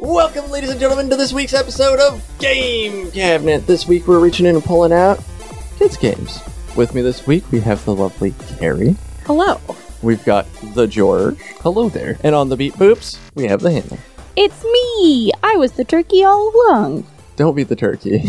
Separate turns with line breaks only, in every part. Welcome, ladies and gentlemen, to this week's episode of Game Cabinet. This week we're reaching in and pulling out kids' games. With me this week we have the lovely Carrie.
Hello.
We've got the George. Hello there. And on the beat boops, we have the Hannah.
It's me. I was the turkey all along.
Don't beat the turkey.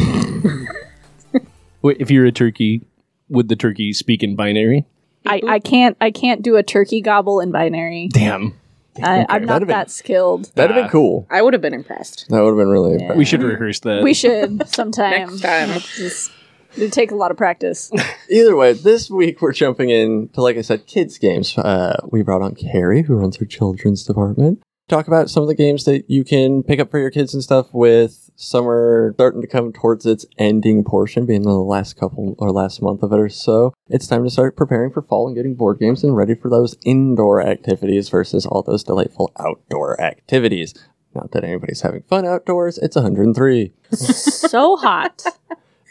Wait, if you're a turkey, would the turkey speak in binary?
I, I can't I can't do a turkey gobble in binary.
Damn.
I, I'm
That'd
not
have been-
that skilled.
That'd have been cool.
Uh, I would have been impressed.
That would have been really impressive.
We should rehearse that.
We should sometime.
Next time.
It's just- It'd take a lot of practice.
Either way, this week we're jumping in to, like I said, kids' games. Uh, we brought on Carrie, who runs her children's department. Talk about some of the games that you can pick up for your kids and stuff. With summer starting to come towards its ending portion, being the last couple or last month of it or so, it's time to start preparing for fall and getting board games and ready for those indoor activities versus all those delightful outdoor activities. Not that anybody's having fun outdoors. It's 103.
so hot.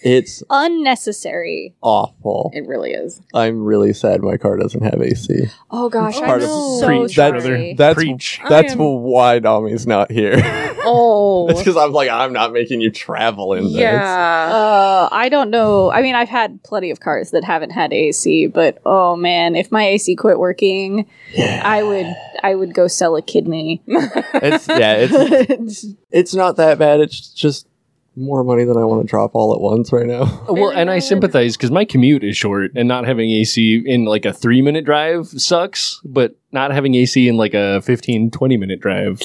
It's
Unnecessary.
awful.
It really is.
I'm really sad my car doesn't have AC.
Oh gosh, I'm
Part of-
so
Preach,
sorry.
brother.
That's
Preach.
that's
am-
why Nami's not here. it's
Oh,
because I'm like I'm not making you travel in this.
yeah.
Uh, I don't know. I mean, I've had plenty of cars that haven't had AC, but oh man, if my AC quit working, I would I would go sell a kidney.
It's yeah, it's it's not that bad. It's just more money than I want to drop all at once right now.
well, and I sympathize because my commute is short, and not having AC in like a three minute drive sucks, but not having AC in like a 15, 20 minute drive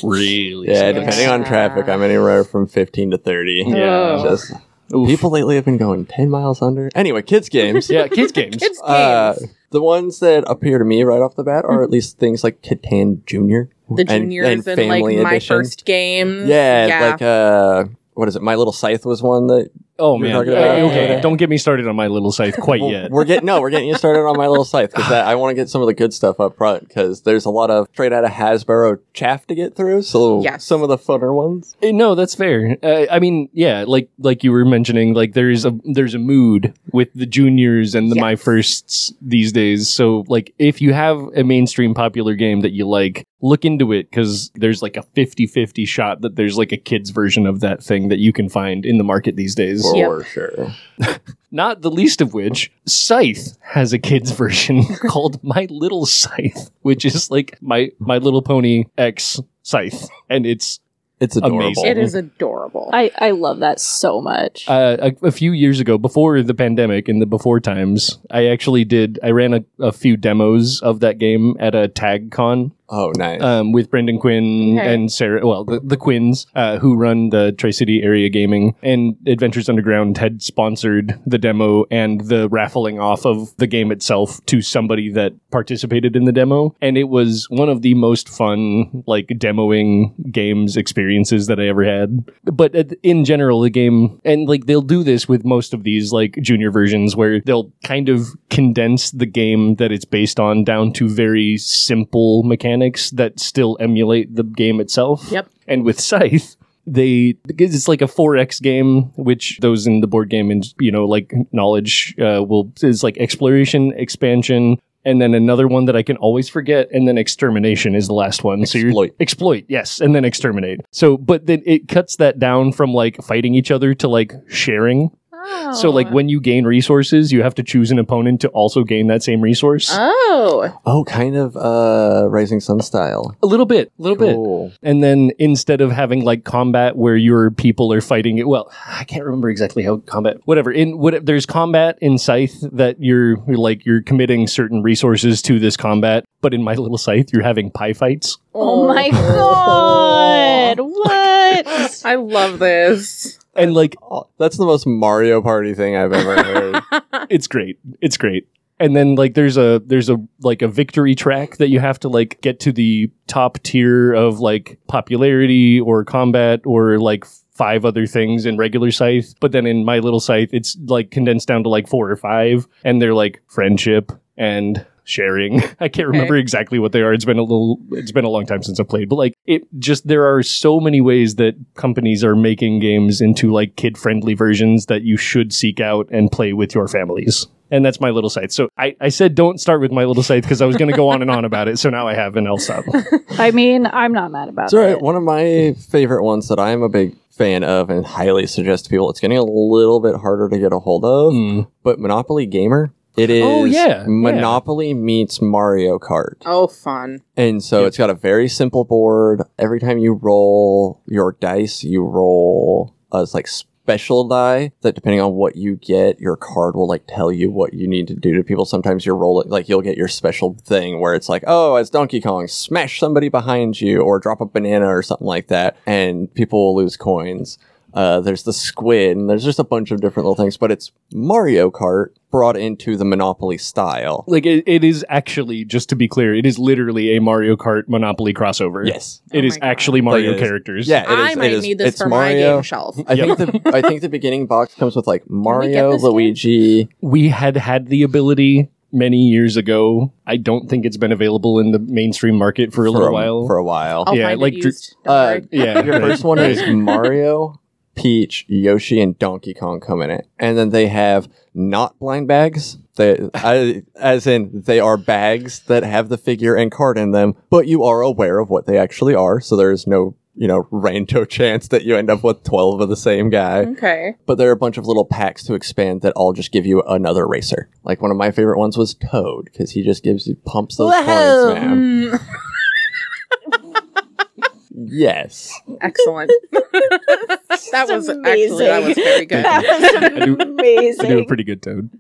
really
Yeah,
sucks.
depending on traffic, I'm anywhere from 15 to 30.
Yeah.
Oh.
Just
Oof.
people lately have been going 10 miles under. Anyway, kids games.
yeah, kids' games.
Kids games.
Uh, the ones that appear to me right off the bat are at least things like Catan Junior,
the juniors and, like my first games.
Yeah, like uh, what is it? My Little Scythe was one that
oh,
You're
man.
talking about-
Uh, okay,
Yeah.
don't get me started on my little scythe quite
Well,
yet.
We're getting no, we're getting you started on my little scythe because I want to get some of the good stuff up front because there's a lot of straight out of Hasbro chaff to get through. So
Yes.
some of the funner ones.
Uh, No, that's fair. Uh, I mean, yeah, like like you were mentioning, like there's a there's a mood with the juniors and the my
Yes.
firsts these days. So like if you have a mainstream popular game that you like, look into it cuz there's like a 50/50 shot that there's like a kids version of that thing that you can find in the market these days.
For
Yep.
sure.
Not the least of which, Scythe has a kids version called My Little Scythe, which is like my my little pony X Scythe and it's
It's adorable.
Amazing.
it is adorable.
I, I love that so much.
uh, a, a few years ago, before the pandemic and the before times, I actually did. I ran a, a few demos of that game at a tag con
Oh, nice.
um, with Brendan Quinn
Okay.
and Sarah, well, the, the Quins, uh, who run the Tri City Area Gaming and Adventures Underground, had sponsored the demo and the raffling off of the game itself to somebody that participated in the demo. And it was one of the most fun, like, demoing games experiences that I ever had. But at- in general, the game, and like, they'll do this with most of these, like, junior versions where they'll kind of condense the game that it's based on down to very simple mechanics that still emulate the game itself.
Yep.
And with Scythe, they because it's like a 4x game, which those in the board game and you know like knowledge uh, will is like exploration, expansion, and then another one that I can always forget, and then extermination is the last one. So you're
Exploit.
exploit, yes, and then exterminate. So, but then it cuts that down from like fighting each other to like sharing. So
Oh.
like when you gain resources, you have to choose an opponent to also gain that same resource.
oh,
oh, kind of uh, Rising Sun style.
a little bit, a little bit.
Cool.
And then instead of having like combat where your people are fighting it, well, I can't remember exactly how combat. Whatever. In what there's combat in Scythe that you're you're like you're committing certain resources to this combat, but in my little Scythe you're having pie fights.
oh my
Oh.
god! What?
I love this.
And like
Oh, that's the most Mario Party thing I've ever heard.
it's great. It's great. And then like there's a there's a like a victory track that you have to like get to the top tier of like popularity or combat or like five other things in regular scythe. But then in my little scythe it's like condensed down to like four or five and they're like friendship and sharing. I can't remember exactly what they are. It's been a little it's been a long time since I played, but like it just there are so many ways that companies are making games into like kid-friendly versions that you should seek out and play with your families. And that's my little scythe. So I, I said don't start with my little scythe because I was going to go on and on about it. So now I have, and I'll stop.
I mean, I'm not mad about
It's all right.
it.
One of my favorite ones that I'm a big fan of and highly suggest to people. It's getting a little bit harder to get a hold of,
Mm.
but Monopoly Gamer. It is
Oh, yeah, yeah.
Monopoly meets Mario Kart.
Oh, fun.
And so
Yep.
it's got a very simple board. Every time you roll your dice, you roll a s- like special die that depending on what you get, your card will like tell you what you need to do to people. Sometimes you roll it like you'll get your special thing where it's like, oh, as Donkey Kong, smash somebody behind you or drop a banana or something like that, and people will lose coins. Uh, there's the squid, and there's just a bunch of different little things, but it's Mario Kart brought into the Monopoly style.
Like it, it is actually, just to be clear, it is literally a Mario Kart Monopoly crossover.
Yes.
it
Oh
is
my God.
actually Mario
Like it is.
characters.
Yeah, it is.
I
it
might
is-
need this
it's
for
Mario.
my game shelf.
I think
Yep.
the I think the beginning box comes with like Mario,
this game?
Luigi.
we had had the ability many years ago. I don't think it's been available in the mainstream market for a little while.
For a while.
I'll
Yeah,
find
like
it
dr-
used. Don't
uh,
worry.
yeah,
Your
right,
first one
right.
is Mario, Peach, Yoshi, and Donkey Kong come in it, and then they have not blind bags. They, I, as in, they are bags that have the figure and card in them, but you are aware of what they actually are, so there is no you know rando chance that you end up with twelve of the same guy.
Okay.
but there are a bunch of little packs to expand that all just give you another racer. Like one of my favorite ones was Toad because he just gives you pumps those coins, man.
Mm,
Yes,
excellent. that was actually that was very good.
That was
do-
amazing.
I do a pretty good toad.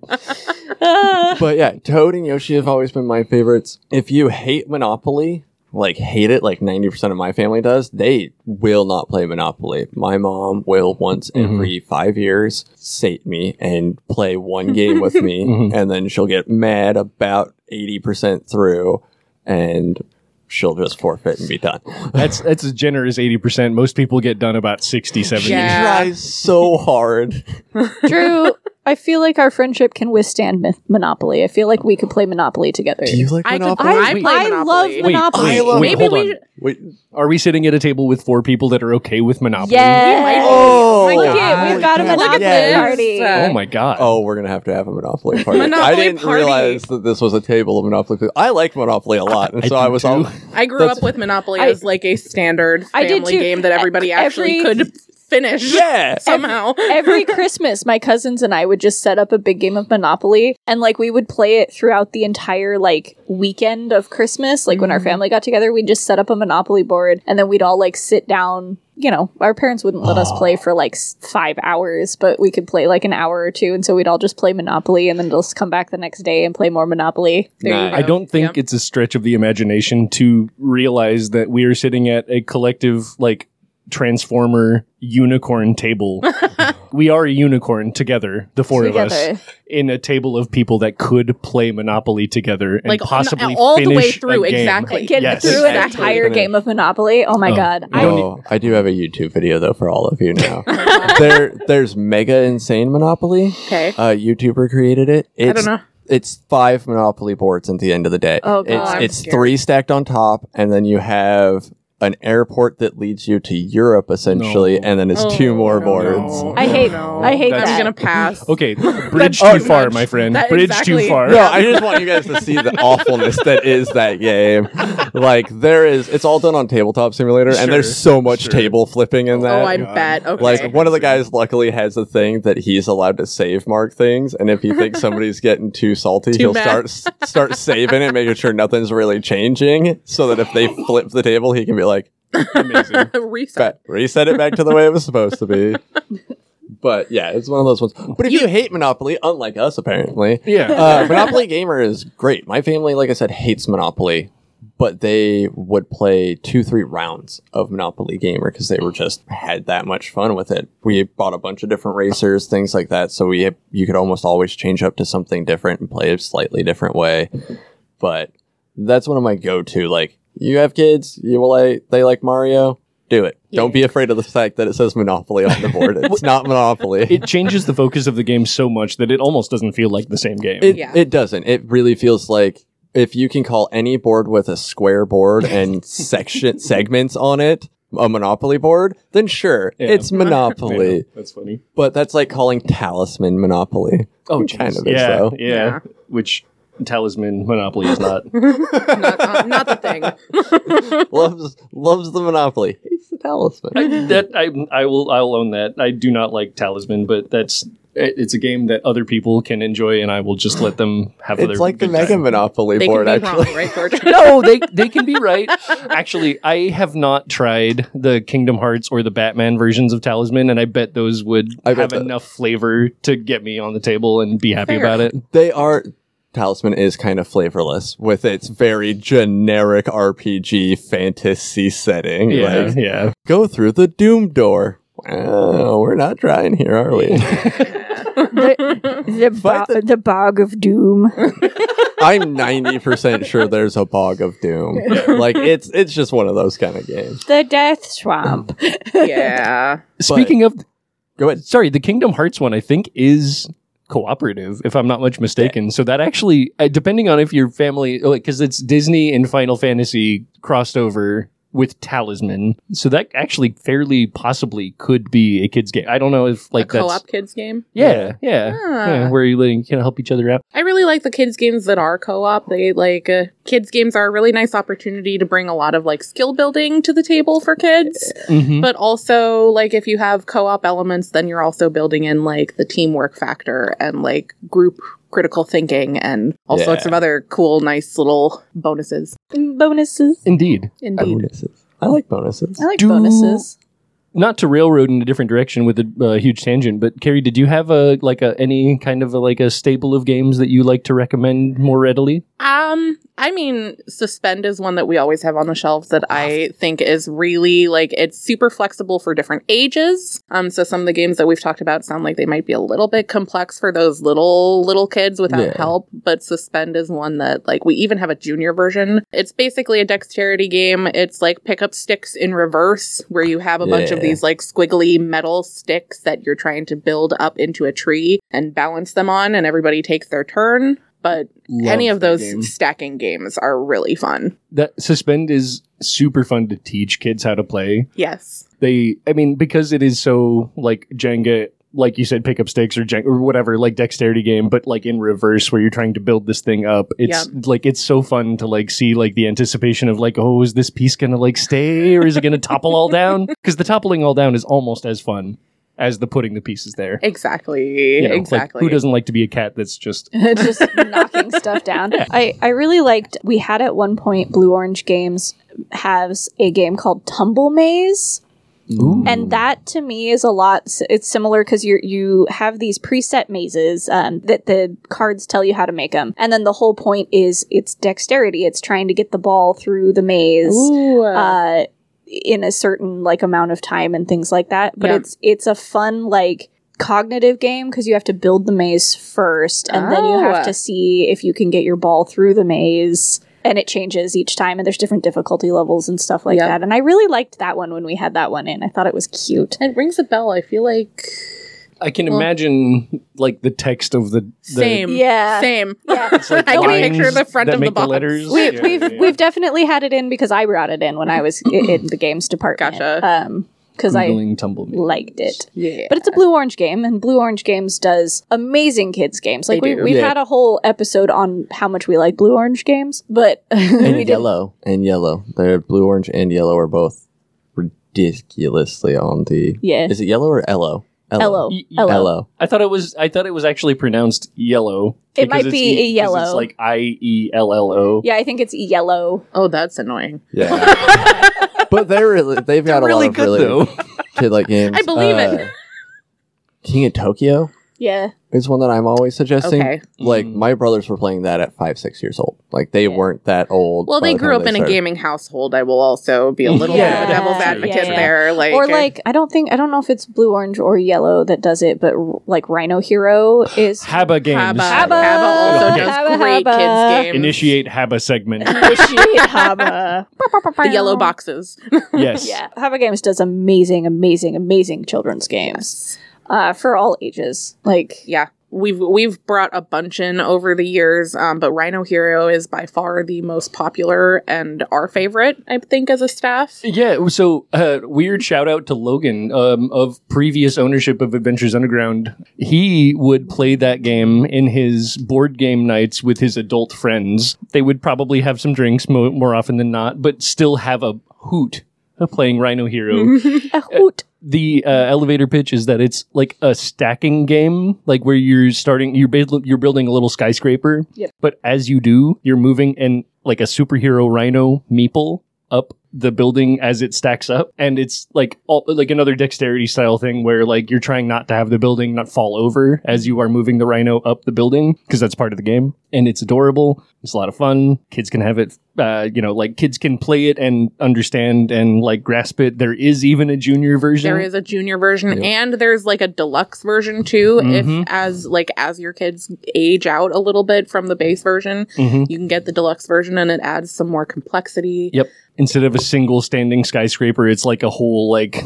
Ah.
but yeah, Toad and Yoshi have always been my favorites. If you hate Monopoly, like hate it, like ninety percent of my family does, they will not play Monopoly. My mom will once
Mhm.
every five years sate me and play one game with me,
Mhm.
and then she'll get mad about eighty percent through, and she'll just forfeit and be done.
That's that's as generous eighty percent. Most people get done about 60, 70.
Yeah.
tries so hard.
Drew, I feel like our friendship can withstand mi- Monopoly. I feel like we could play Monopoly together.
Do you like
I could.
Monopoly?
I,
Wait,
play
I love
Monopoly.
Wait,
Monopoly.
wait,
I love-
wait,
Maybe
hold
we
on.
Wait,
Are we sitting at a table with four people that are okay with Monopoly?
Yes.
Oh,
my
Look
God.
at, we've got a
Look at
Monopoly
this.
party.
Uh,
Oh my god.
oh, we're gonna have to have a Monopoly party. I
Monopoly
didn't
party.
realize that this was a table of Monopoly. people. I like Monopoly a lot, and so I
do
was
too.
all
I grew
That's-
up with Monopoly
I-
as like a standard
I
family
did too. E-,
game that everybody actually
Every-
could finish
yeah.
somehow.
Every Christmas, my cousins and I would just set up a big game of Monopoly, and like we would play it throughout the entire like weekend of Christmas. Like when
Mm-hmm.
our family got together, we'd just set up a Monopoly board, and then we'd all like sit down. You know, our parents wouldn't let us play for like s- five hours, but we could play like an hour or two, and so we'd all just play Monopoly, and then just come back the next day and play more Monopoly.
There you
Nah.
go.
I don't think
Yep.
it's a stretch of the imagination to realize that we are sitting at a collective like transformer unicorn table. we are a unicorn together, the four of us,
Together.
in a table of people that could play Monopoly together and
Like, n-
possibly
all the
finish
way through,
a game.
exactly.
Get
Yes,
through an
exactly.
entire game of Monopoly. Oh my
Oh,
god!
I
I,
don't
oh, I do have a YouTube video though for all of you now. there, there's Mega Insane Monopoly.
Okay.
A uh, YouTuber created it. It's,
I don't know.
It's five Monopoly boards at the end of the day.
Oh,
It's,
God.
it's
I'm scared.
three stacked on top, and then you have an airport that leads you to Europe essentially,
No.
and then it's
Oh,
two more
no,
boards.
no,
I hate-
no.
I hate
I'm
that.
gonna pass.
Okay, bridge
Oh,
too far,
much.
my friend.
That-
bridge too
exactly.
far.
No, I just want you guys to see the awfulness that is that game. Like there is, it's all done on Tabletop Simulator,
Sure,
and there's so much
sure.
table flipping in that.
Oh, I
God.
bet. Okay.
Like one of the guys luckily has a thing that he's allowed to save mark things, and if he thinks somebody's getting too salty,
Too
he'll
mad.
start s- start saving it, making sure nothing's really changing, so that if they flip the table, he can be like,
Amazing.
"Ba-
reset.
reset it back to the way it was supposed to be. But yeah, it's one of those ones. But if you, hate Monopoly, unlike us apparently,
Yeah.
uh, Monopoly Gamer is great. My family, like I said, hates Monopoly, but they would play two, three rounds of Monopoly Gamer because they were just had that much fun with it. We bought a bunch of different racers, things like that, so we you could almost always change up to something different and play a slightly different way. But that's one of my go-to. Like, you have kids, you will like they like Mario. Do it. Don't be afraid of the fact that it says Monopoly on the board. It's not Monopoly.
it changes the focus of the game so much that it almost doesn't feel like the same game.
It,
Yeah.
it doesn't. It really feels like if you can call any board with a square board and section segments on it a monopoly board, then sure,
Yeah.
it's
I know,
monopoly.
That's funny.
but that's like calling talisman monopoly.
Oh,
It kind of is
yeah,
though.
yeah,
Yeah.
Which Talisman Monopoly is not.
not, not, not the thing.
loves loves the monopoly. Hates the talisman.
I, that I I will I'll own that. I do not like Talisman, but that's it- it's a game that other people can enjoy, and I will just let them have.
It's
their
like the
good
mega
time.
monopoly
They can
board
be
actually.
wrong, right, George?
no, they they can be right. Actually, I have not tried the Kingdom Hearts or the Batman versions of Talisman, and I bet those would
I bet
have
that-
enough flavor to get me on the table and be happy
Fair.
about it.
They are Talisman is kind of flavorless with its very generic RPG fantasy setting.
Yeah,
Like
yeah.
go through the doom door. Wow, we're not trying here, are we?
The, the,
Fight
bo- the bog of doom.
I'm 90% sure there's a bog of doom. Like it's it's just one of those kind of games.
The death swamp.
yeah.
Speaking of,
Go ahead.
sorry, the Kingdom Hearts one I think is cooperative, if I'm not much mistaken. So that actually, uh, depending on if your family, oh, like, because it's Disney and Final Fantasy crossed over with Talisman, so that actually fairly possibly could be a kids game. I don't know if like
a
that's
co-op kids game.
yeah, yeah.
Ah.
Yeah, where you like, can help each other out.
I really like the kids games that are co-op. They like uh, kids games are a really nice opportunity to bring a lot of like skill building to the table for kids.
Mm-hmm.
But also like if you have co-op elements then you're also building in like the teamwork factor and like group critical thinking and all
Yeah.
sorts of other cool nice little bonuses.
bonuses.
Indeed.
Indeed.
Bonuses. I like bonuses.
Oh,
I like
Do-
bonuses.
Not to railroad in a different direction with a uh, huge tangent, but Carrie, did you have a like a any kind of a, like a staple of games that you like to recommend more readily?
Um, I mean, suspend is one that we always have on the shelves that I think is really like it's super flexible for different ages. Um, so some of the games that we've talked about sound like they might be a little bit complex for those little little kids without
Yeah.
help, but suspend is one that like we even have a junior version. It's basically a dexterity game. It's like pick up sticks in reverse where you have a bunch of
Yeah.
these like squiggly metal sticks that you're trying to build up into a tree and balance them on and everybody takes their turn. But any of those stacking games are really fun.
That suspend is super fun to teach kids how to play.
Yes.
They, I mean, because it is so like Jenga, like you said, pick up sticks or Jenga or whatever, like dexterity game, but like in reverse where you're trying to build this thing up. It's like it's so fun to like see like the anticipation of like, oh, is this piece gonna like stay or is it gonna topple all down? Because the toppling all down is almost as fun as the putting the pieces there.
Exactly.
You know, like,
E-, exactly.
who doesn't like to be a cat that's just
just knocking stuff down. I, I really liked, we had at one point Blue Orange Games has a game called Tumble Maze.
Ooh.
and that to me is a lot s- it's similar because you you have these preset mazes um, that the cards tell you how to make them and then the whole point is it's dexterity it's trying to get the ball through the maze
Ooh, uh,
uh, in a certain like amount of time and things like that but
Yeah.
it's it's a fun like cognitive game because you have to build the maze first and then you
Oh.
have to see if you can get your ball through the maze and it changes each time and there's different difficulty levels and stuff like
Yep.
that and i really liked that one when we had that one in i thought it was cute
it rings a bell. I feel like
I can
Well-
imagine like the text of the, the
same.
Yeah.
Same.
Yeah.
like,
I can
lines
picture the front
that
of the
make
box.
letters.
we,
Yeah,
we've
yeah.
we've definitely had it in because I brought it in when I was i- in the games department.
Gotcha.
Um, because I
Googling tumble me.
liked it.
Yeah.
But it's a Blue Orange game, and Blue Orange Games does amazing kids games. Like
They
we,
do.
we've
Yeah.
had a whole episode on how much we like Blue Orange games, but
and
we did.
yellow and yellow. They're blue, orange, and yellow are both ridiculously on the.
Yeah.
Is it yellow or ello?
Hello,
Y- y-
hello.
Ello.
I thought it was I thought it was actually pronounced yellow.
It
because
might
it's
be
E-
a
'cause It's
yellow.
like I E L L O.
Yeah, I think it's yellow.
oh, that's annoying.
Yeah. but they're really they've got a lot of really kid like games. Uh,
I believe it.
King of Tokyo
Yeah,
is one that I'm always suggesting.
Okay.
Like
Mm.
my brothers were playing that at five, six years old. Like they
Yeah.
weren't that old.
Well,
by
they
the
grew
time
up in a
started.
gaming household. I will also be a little bit
Yeah.
of a devil's
Yeah,
advocate
yeah, yeah.
there. Like,
or like I don't think I don't know if it's Blue Orange or yellow that does it, but r- like Rhino Hero is
Haba games.
Haba. Haba.
Haba.
also does
Haba,
great
Haba.
kids games.
Initiate Haba segment.
initiate Haba.
the yellow boxes.
yes.
Yeah, Hava Games does amazing, amazing, amazing children's games uh, for all ages. Like
Yeah. We've we've brought a bunch in over the years, um, but Rhino Hero is by far the most popular and our favorite, I think, as a staff.
Yeah, so uh, weird shout out to Logan um, of previous ownership of Adventures Underground. He would play that game in his board game nights with his adult friends. They would probably have some drinks mo- more often than not, but still have a hoot of playing Rhino
Mm-hmm.
Hero.
A hoot.
the uh, elevator pitch is that it's like a stacking game, like where you're starting, you're build, you're building a little skyscraper,
Yep.
but as you do, you're moving and like a superhero Rhino meeple up the building as it stacks up and it's like all like another dexterity style thing where like you're trying not to have the building not fall over as you are moving the rhino up the building because that's part of the game and it's adorable it's a lot of fun kids can have it uh, you know like kids can play it and understand and like grasp it there is even a junior version
There is a junior version,
Yep.
and there's like a deluxe version too.
Mhm.
If as like as your kids age out a little bit from the base version,
Mhm.
you can get the deluxe version, and it adds some more complexity,
Yep. Instead of a single standing skyscraper, it's like a whole like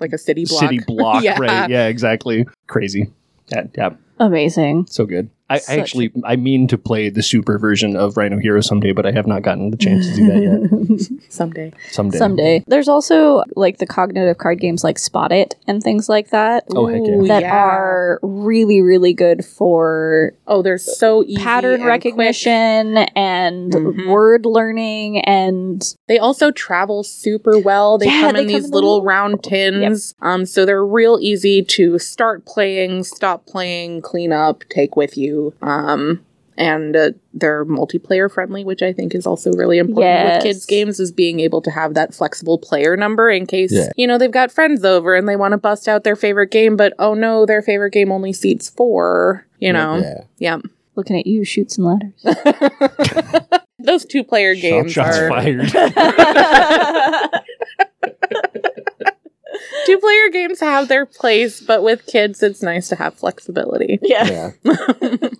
like a city block.
city block,
Yeah.
right? Yeah, exactly. Crazy. Yeah, yeah,
Amazing.
so good. I, I
Such-
actually I mean to play the super version of Rhino Hero someday, but I have not gotten the chance to do that yet.
someday.
Someday.
Someday. There's also like the cognitive card games like Spot It and things like that
Oh, heck yeah.
Ooh,
that
yeah.
are really, really good for
oh, they're so easy and
pattern
quick.
recognition and
Mhm.
word learning and
They also travel super well. They
Yeah,
come
they
in
come
these
in the
little
little-
round tins. Um, so they're real easy to start playing, stop playing, clean up, take with you. Um, and uh, they're multiplayer friendly, which I think is also really important
Yes.
with kids' games is being able to have that flexible player number in case
Yeah.
you know they've got friends over and they want to bust out their favorite game, but oh no, their favorite game only seats four. You know,
Yeah.
yeah.
looking at you shoots and ladders.
Those two player games
Shots
are
fired.
two player games have their place, but with kids, it's nice to have flexibility.
yeah.
Yeah. There's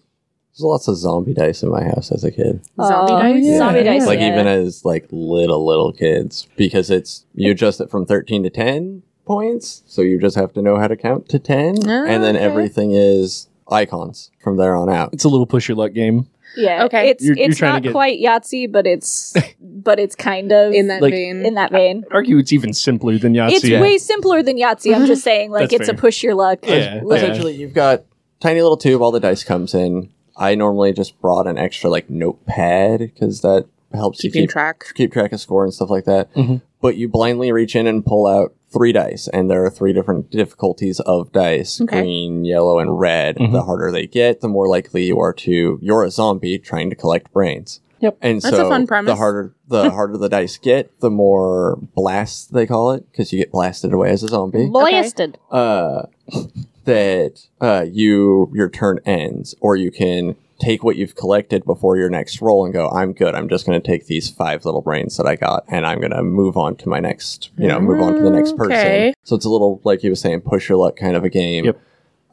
lots of zombie dice in my house as a kid.
Zombie dice?
Yeah. Zombie
Yeah.
dice.
Like
yeah.
even as like little little kids, because it's you adjust it from thirteen to ten points, so you just have to know how to count to ten,
Ah,
and then
okay.
everything is icons from there on out.
it's a little push your luck game.
yeah.
Okay.
It's
You're- you're
it's
trying to
not
get-
quite Yahtzee, but it's but it's kind of
In that
Like-
vein,
in that vein.
I'd argue it's even simpler than Yahtzee.
It's way simpler than Yahtzee. I'm just saying, like
That's
it's
fair.
a push your luck.
Yeah,
Like,
yeah.
Essentially, you've got tiny little tube. All the dice comes in. I normally just brought an extra like notepad because that helps you
keeping
keep
track.
keep track of score and stuff like that.
Mhm.
But you blindly reach in and pull out three dice, and there are three different difficulties of dice:
Okay.
green, yellow, and red.
Mhm.
The harder they get, the more likely you are to you're a zombie trying to collect brains. Yep, and
That's a
so
fun
the
premise.
harder the harder the dice get, the more blast they call it because you get blasted away as a zombie
Blasted.
uh, that uh, you your turn ends, or you can take what you've collected before your next roll and go, "I'm good. I'm just going to take these five little brains that I got, and I'm going to move on to my next, you know, move on to the next person."
Okay.
So it's a little like you were saying, push your luck kind of a game.
Yep.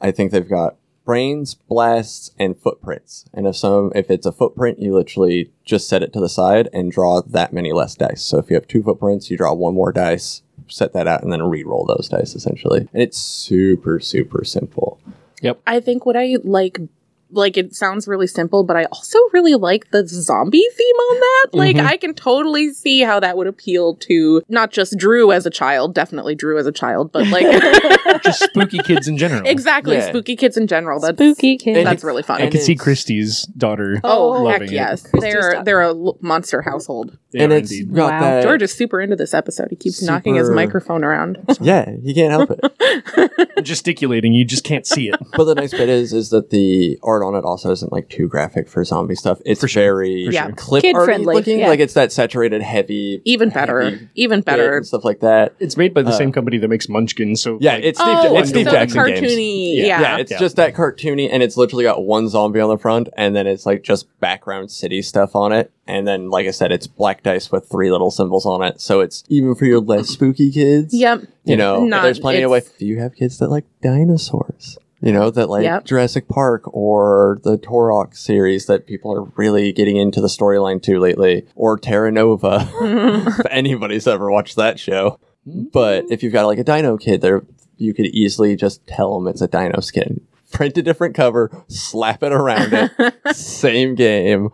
I think they've got brains, blasts, and footprints. And if some, if it's a footprint, you literally just set it to the side and draw that many less dice. So if you have two footprints, you draw one more dice, set that out, and then re-roll those dice essentially. And it's super, super simple.
I think what I like. Like it sounds really simple, but I also really like the zombie theme on that. Like
Mhm.
I can totally see how that would appeal to not just Drew as a child, definitely Drew as a child, but like
Just spooky kids in general.
exactly
Yeah.
spooky kids in general. That's
Spooky kid.
That's really
I
fun.
and
could see
it's-
Christie's daughter.
Oh,
loving
heck
it.
yes,
Christie's
they're
done.
they're a l- monster household.
They
and
are
it's
indeed.
got
Wow.
that.
George is super into this episode. He keeps knocking his
Uh, Super-
microphone around.
Yeah, you can't help it.
gesticulating. You just can't see it.
but the nice bit is, is that the art on it also isn't like too graphic for zombie stuff. It's very
For sure. Yeah.
clip
Kid
art
friendly,
looking.
yeah.
Like it's that saturated, heavy,
Even better.
heavy
Even
bit
better.
and stuff like that.
It's made by the
Uh,
same company that makes Munchkin. So
Yeah,
like,
it's Steve,
Oh,
it's Steve
so
Jackson
cartoony.
games.
Yeah.
Yeah.
Yeah, it's
Yeah.
just that cartoony, and it's literally got one zombie on the front, and then it's like just background city stuff on it. And then, like I said, it's black dice with three little symbols on it. So it's even for your less spooky kids.
Yep.
You know,
Not-
there's plenty of
it's-
ways. Do you have kids that like dinosaurs? You know, that like
Yep.
Jurassic Park or the Torok series that people are really getting into the storyline to lately, or Terra Nova. if anybody's ever watched that show. But if you've got like a dino kid, there you could easily just tell them it's a dino skin print a different cover, slap it around it. Same game,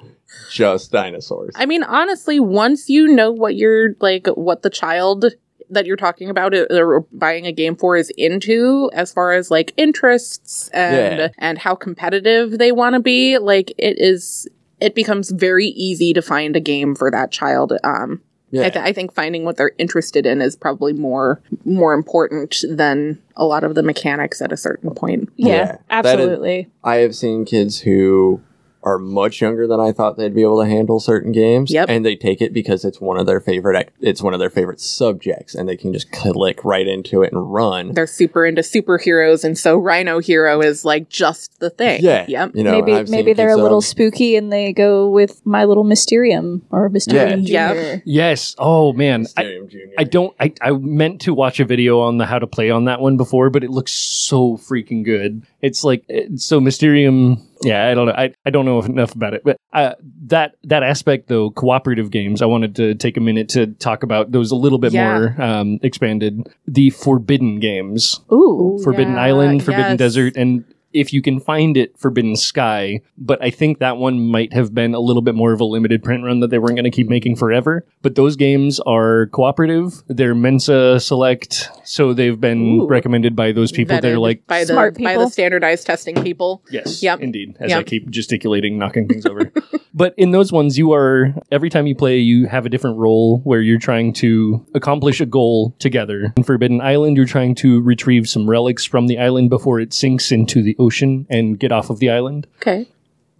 just dinosaurs.
I mean, honestly, once you know what you're like, what the child that you're talking about i- or buying a game for is into, as far as like interests and
Yeah.
and how competitive they want to be, like it is, it becomes very easy to find a game for that child. Um,
Yeah.
I, th- I think finding what they're interested in is probably more more important than a lot of the mechanics at a certain point.
Yeah,
Yeah, that is-
absolutely.
I have seen kids who are much younger than I thought they'd be able to handle certain games,
Yep.
and they take it because it's one of their favorite. ac- It's one of their favorite subjects, and they can just click right into it and run.
They're super into superheroes, and so Rhino Hero is like just the thing.
Yeah,
Yep.
You know, and
maybe
I've seen
maybe they're a
kids,
little
um,
spooky and they go with My Little Mysterium or Mysterium
Yeah.
Junior.
Yes. Oh man. I,
Stadium Junior.
I don't. I, I meant to watch a video on the how to play on that one before, but it looks so freaking good. It's like it- so Mysterium. Yeah, I don't know. I, I don't know enough about it, but uh, that that aspect though, cooperative games. I wanted to take a minute to talk about those a little bit
Yeah.
more um, expanded. The Forbidden games,
Ooh,
Forbidden
Oh, yeah,
Island, Forbidden
yes.
Desert, and if you can find it, Forbidden Sky. But I think that one might have been a little bit more of a limited print run that they weren't going to keep making forever. But those games are cooperative. They're Mensa Select, so they've been
Ooh.
recommended by those people. They're
vetted
like.
by the
Smart
by
people.
the standardized testing people.
Yes,
Yep.
indeed. As I
Yep.
keep gesticulating, knocking things over. but in those ones, you are, every time you play, you have a different role where you're trying to accomplish a goal together. In Forbidden Island, you're trying to retrieve some relics from the island before it sinks into the ocean and get off of the island.
Okay.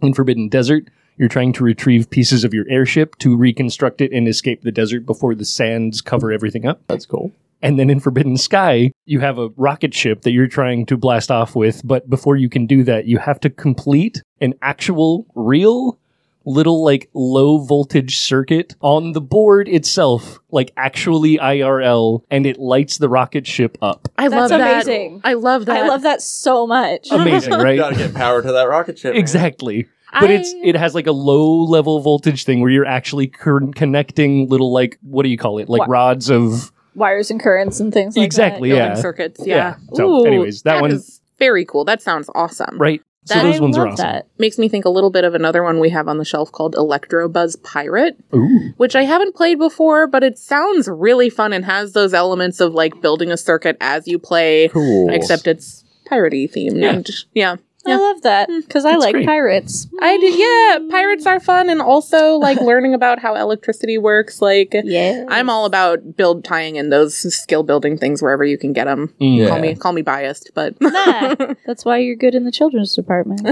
In Forbidden Desert, you're trying to retrieve pieces of your airship to reconstruct it and escape the desert before the sands cover everything up.
That's cool.
And then in Forbidden Sky, you have a rocket ship that you're trying to blast off with. But before you can do that, you have to complete an actual, real, little, like, low voltage circuit on the board itself, like, actually IRL, and and it lights the rocket ship up.
I
That's
love that.
amazing.
I love that. Um,
I love that so much.
Amazing,
Gotta
right?
get power to that rocket ship. man.
Exactly. But it's
I-
it has like a low level voltage thing where you're actually con- connecting little like what do you call it like
What?
rods of
Wires and currents and things like
Exactly,
that.
building
yeah.
circuits.
Yeah.
Yeah.
So, anyways, that one-
is very cool. That sounds awesome.
right. so
That-
those
I
ones are
love
awesome.
that.
Makes me think a little bit of another one we have on the shelf called Electro Buzz Pirate,
Ooh.
which I haven't played before, but it sounds really fun and has those elements of like building a circuit as you play,
Cool.
except it's piratey themed.
Yeah.
Yeah. And, yeah. Hmm.
I love that because I
That's
like
great.
pirates.
I do, yeah, pirates are fun and also like learning about how electricity works. Like,
Yeah,
I'm all about build tying in those skill building things wherever you can get them.
Mm.
Yeah.
Call me call me biased, but
Nah, that's why you're good in the children's department.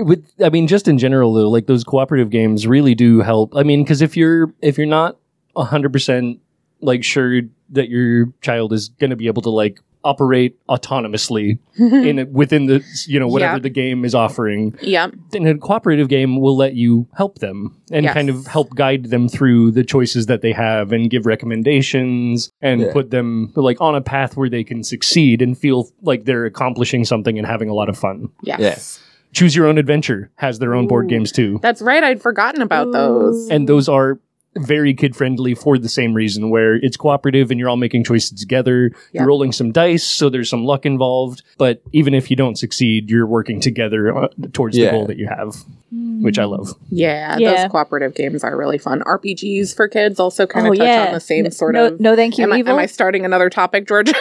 with i mean just in general though like those cooperative games really do help i mean because if you're if you're not 100% like sure that your child is going to be able to like operate autonomously in a, within the you know whatever
Mm-hmm. Yeah.
the game is offering
yeah,
then a cooperative game will let you help them and
Yes.
kind of help guide them through the choices that they have and give recommendations and
Yeah.
put them like on a path where they can succeed and feel like they're accomplishing something and having a lot of fun
yes.
Yes.
Choose Your Own Adventure has their own board
Ooh.
games too.
That's right. I'd forgotten about those.
And those are very kid friendly for the same reason where it's cooperative and you're all making choices together.
Yeah.
You're rolling some dice, so there's some luck involved. But even if you don't succeed, you're working together uh, towards the
Yeah.
goal that you have, which
Hmm.
Mm.
I love.
Yeah,
Yeah.
those cooperative games are really fun. RPGs for kids also kind of
Oh,
touch
yeah.
on the same sort
no,
of.
no, thank you,
am, I,
evil.
am I starting another topic, George?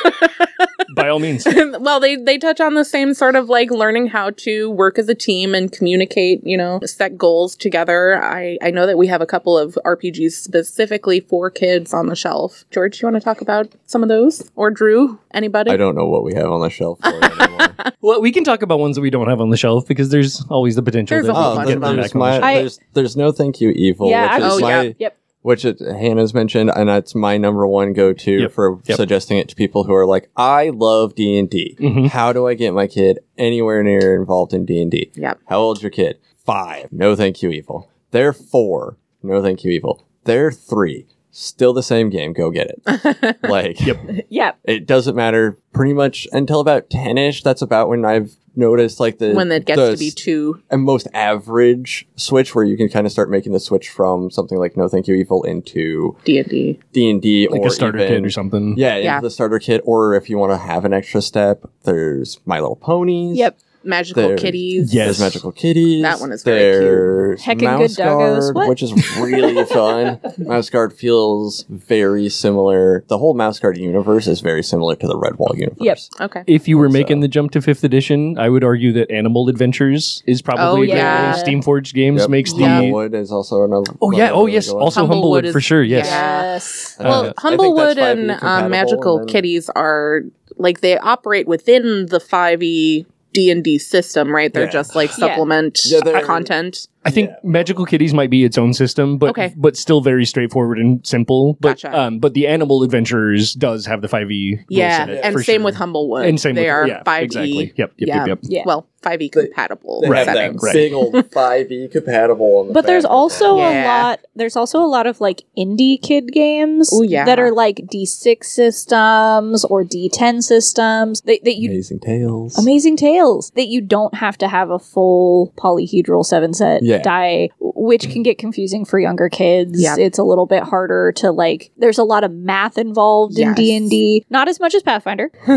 By all means.
well, they they touch on the same sort of like learning how to work as a team and communicate. You know, set goals together. I I know that we have a couple of RPGs specifically for kids on the shelf. George, you want to talk about some of those or Drew? Anybody?
I don't know what we have on the shelf for it anymore.
Well, we can talk about ones that we don't have on the shelf because there's always the potential
There's
that
a
we
whole
oh,
can
bunch.
there's,
get them
there's
back on the
my-
shelf.
I-
there's, there's no thank you evil,
yeah,
which
I-
is
oh,
my
yeah.
yep.
which it, Hannah's mentioned, and that's my number one go-to
Yep.
for
Yep.
suggesting it to people who are like, "I love D and D.
Mhm.
How do I get my kid anywhere near involved in D and D?
Yep.
How old's your kid? Five. No, thank you, evil. They're four. No, thank you, evil. They're three. Still the same game. Go get it. like,
Yep.
Yeah,
it doesn't matter. Pretty much until about ten-ish. That's about when I've noticed like the
when it gets
the
to be two.
and most average switch where you can kind of start making the switch from something like no thank you evil into
D and D.
d&d
Like
or
a starter
even,
kit or something.
yeah, into
Yeah.
the starter kit or if you want to have an extra step there's my little ponies
Yep.
magical
There.
kitties.
Yeah. Yes.
There's magical kitties.
That one is very cute.
There's
Heckin' good
Mouse
doggos.
Guard,
What?
which is really fun. Mouse Guard feels very similar. The whole Mouse Guard universe is very similar to the Redwall universe.
Yep.
Okay.
If you were
So-
making the jump to fifth edition, I would argue that Animal Adventures is probably
Oh,
the
yeah.
Steamforged Games
Yep.
makes the.
Humblewood is also another.
Oh yeah!
another
Oh
really
yes!
good one.
Also
Humblewood
Humblewood,
is-
for sure. Yes.
Yeah.
Yes.
Uh, I
Well,
think that's
Humblewood
5e
and uh,
compatible,
magical
and then-
kitties are like they operate within the five E D and D system, right? They're
Yeah.
just like
Yeah.
supplement
Yeah, they're-
content.
I think
Yeah.
Magical Kitties might be its own system, but
Okay.
but still very straightforward and simple. But
Gotcha.
um, but the Animal Adventurers does have the five E.
Yeah, and
for
same
sure.
with Humblewood.
and same
they
with,
are
yeah,
five E.
exactly. Yep, yep,
Yeah.
yep, yep.
Yeah.
Well, five E
They-
compatible
They have that
settings.
Right.
big old 5e compatible on the
But there's
back of
also
that.
a
Yeah.
lot. There's also a lot of like indie kid games
Ooh, yeah.
that are like D6 systems or D10 systems that, that you
amazing tales.
Amazing Tales that you don't have to have a full polyhedral seven set
Yeah.
die, which can get confusing for younger kids.
Yeah.
It's a little bit harder to like. There's a lot of math involved in
Yes.
D and D, not as much as Pathfinder.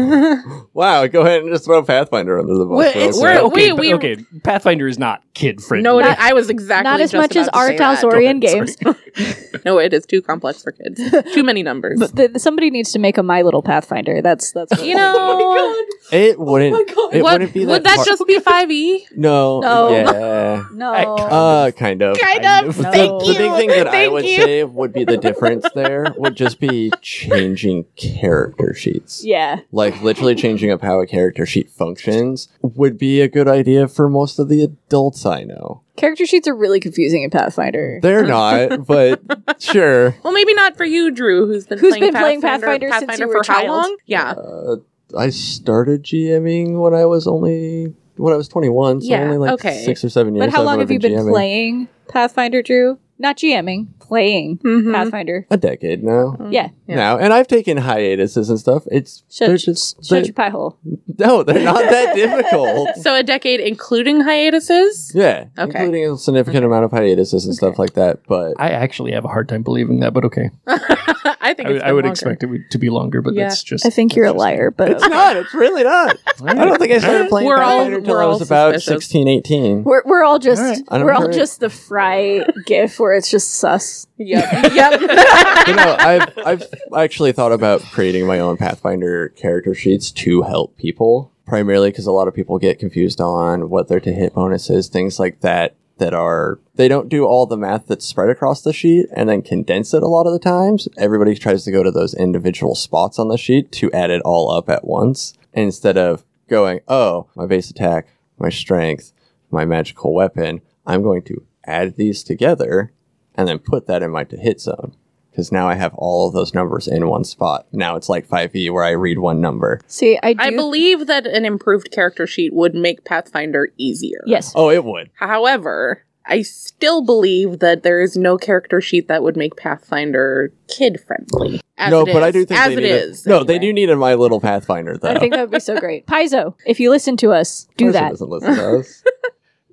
Wow, go ahead and just throw Pathfinder under the bus.
Well,
real
it's-
quick.
we're-
But okay,
we-
but
we-
okay. Pathfinder is not kid friendly.
No, it-
Not-
I was exactly
not as
just
much as
about to
our
say that.
Talzorian games.
No, it is too complex for kids. too many numbers. Oh
But th- somebody needs to make a My Little Pathfinder. That's that's
you know,
it
Oh
wouldn't. it
what-
wouldn't be
would
that
that
hard.
just be five E?
No.
No.
Yeah.
no.
I-
Uh, kind of.
Kind
Kind
of.
of.
the,
No.
the big
you.
thing that I
Thank
would
you.
say would be the difference there would just be changing character sheets.
yeah,
Like literally changing up how a character sheet functions would be a good idea for most of the adults I know.
character sheets are really confusing in Pathfinder.
They're not, but sure.
Well, maybe not for you, Drew, who's been
Who's
playing
been playing
Pathfinder,
Pathfinder since you
Pathfinder
were
for
a
how
child?
long? Yeah,
Uh, I started GMing when I was only when I was 21, so
Yeah,
only like
okay.
six or seven years.
but how
I've
long have you been
GMing.
playing Pathfinder, Drew? Not GMing, playing
Mm-hmm.
Mhm.
Pathfinder.
A decade now.
Oh, Yeah,
Yeah.
Now, and I've taken hiatuses and stuff. It's they're
shut,
just
shut
they-
your pie hole.
no, they're not that difficult.
So a decade, including hiatuses.
Yeah,
Okay.
including a significant amount of hiatuses and stuff like that. But
I actually have a hard time believing that, but okay.
I think
I, would-
it's
I would expect it would- to be longer, but
Yeah.
that's just.
I think you're a liar, but
it's not. It's really not. I don't think I started playing
We're all-
Pathfinder until
we're
I
all
was about
suspicious.
sixteen, eighteen. 16, 18.
We're, we're all just
All right.
I don't
we're all
care.
just the fry gif where it's just sus.
Yep. yep.
you know, I've I've actually thought about creating my own Pathfinder character sheets to help people, primarily because a lot of people get confused on what their to hit bonuses, things like that. That are they don't do all the math that's spread across the sheet and then condense it a lot of the times. Everybody tries to go to those individual spots on the sheet to add it all up at once instead of going, oh, my base attack, my strength, my magical weapon. I'm going to add these together and then put that in my to hit zone because now I have all of those numbers in one spot. Now it's like 5e where I read one number.
See, I do.
I believe that an improved character sheet would make Pathfinder easier.
yes.
Oh, it would.
However, I still believe that there is no character sheet that would make Pathfinder kid friendly. As
no,
it
but I
is-
do think
as
they
it
need a-
is.
No, they do need a My Little Pathfinder though.
I think that would be so great. Paizo, if you listen to us, do
Carson
that.
doesn't listen to us.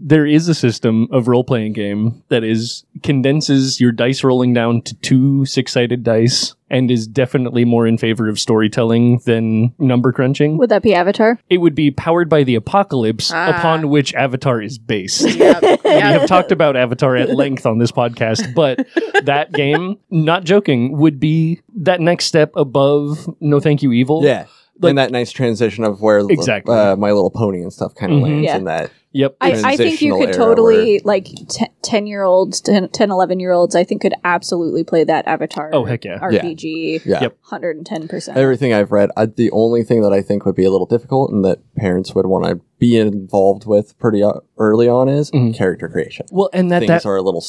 there is a system of role playing game that is condenses your dice rolling down to two six sided dice and is definitely more in favor of storytelling than number crunching.
Would that be Avatar?
it would be powered by the apocalypse
Ah.
upon which Avatar is based.
Yep.
We have
Yep.
talked about Avatar at length on this podcast, but that game, not joking, would be that next step above No Thank You Evil.
yeah.
Like-
and that nice transition of where the-
Exactly.
uh, My Little Pony and stuff kind of
Mhm.
lands
Yeah.
in that.
Yep.
I, I think you
Transitional
could
era
totally, like, t- 10 year olds, 10, 10, 11 year olds, I think could absolutely play that Avatar
Oh, heck yeah.
Yeah.
RPG
Yeah.
Yep.
110%.
Everything I've read, I, the only thing that I think would be a little difficult and that parents would want to be involved with pretty uh, early on is
Mhm.
character creation.
Well, and that,
Things
that
are a little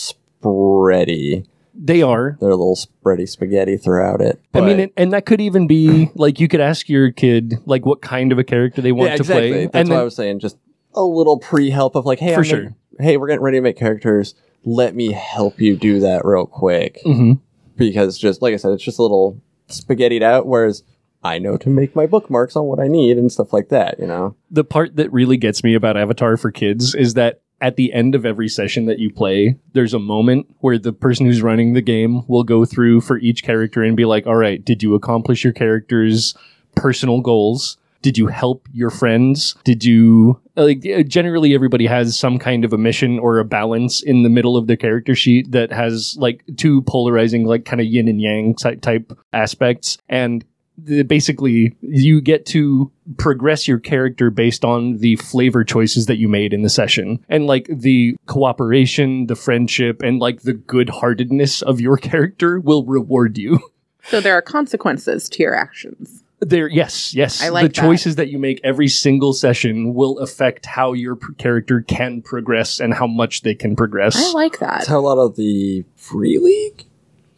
spready.
they are.
They're a little spready spaghetti throughout it.
I mean,
but-
and, and that could even be like you could ask your kid like what kind of a character they want
yeah,
to
exactly.
play,
That's
and
what I
then,
was saying. Just a little pre-help of like, hey,
For
I'm
sure.
gonna- hey, we're getting ready to make characters. Let me help you do that real quick
Mhm.
because just like I said, it's just a little spaghettied out. Whereas I know to make my bookmarks on what I need and stuff like that. You know,
the part that really gets me about Avatar for kids is that at the end of every session that you play, there's a moment where the person who's running the game will go through for each character and be like, "All right, did you accomplish your character's personal goals?" Did you help your friends? Did you like uh, generally everybody has some kind of a mission or a balance in the middle of their character sheet that has like two polarizing like kind of yin and yang ty- type aspects and the- basically you get to progress your character based on the flavor choices that you made in the session and like the cooperation the friendship and like the good-heartedness of your character will reward you
So there are consequences to your actions.
there yes yes
I like
the
that.
choices that you make every single session will affect how your p- character can progress and how much they can progress
I like that.
That's how a lot of the Free League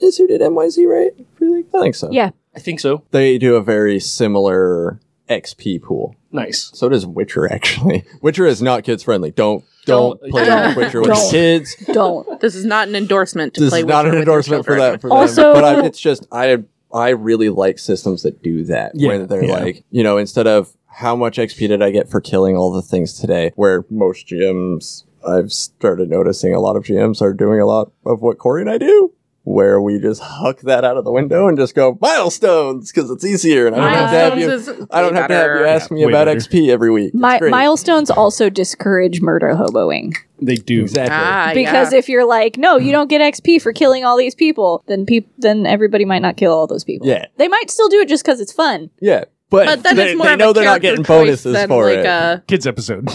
is who did NYZ, right? Free League? I think so.
Yeah.
I think so
They do a very similar XP pool.
nice
So does Witcher, actually. Witcher is not kids friendly. Don't don't,
Don't-
play
don't.
Witcher with
Don't.
kids.
Don't.
This is not an endorsement to
This
play
is not
Witcher
an
with your
endorsement for
children.
that. For them.
Also-
but I, it's just I I really like systems that do that.
Yeah,
where they're
yeah.
like, you know, instead of how much XP did I get for killing all the things today, where most GMs I've started noticing a lot of GMs are doing a lot of what Corey and I do. Where we just huck that out of the window and just go milestones because it's easier and I don't have to have you.
Milestones is
I don't
way
have to have
better.
you ask me
Way
about
better.
XP every week. It's
My,
great.
milestones also discourage murder hoboing
they do
exactly.
Ah,
because
yeah.
if you're like, no,
Mm-hmm.
you don't get XP for killing all these people, then peop- then everybody might not kill all those people.
Yeah.
they might still do it just because it's fun.
Yeah, but,
but then
they,
it's more
they
of
know
a
they're not
character
getting
choice
bonuses
than
for
like
it.
A,
kids episode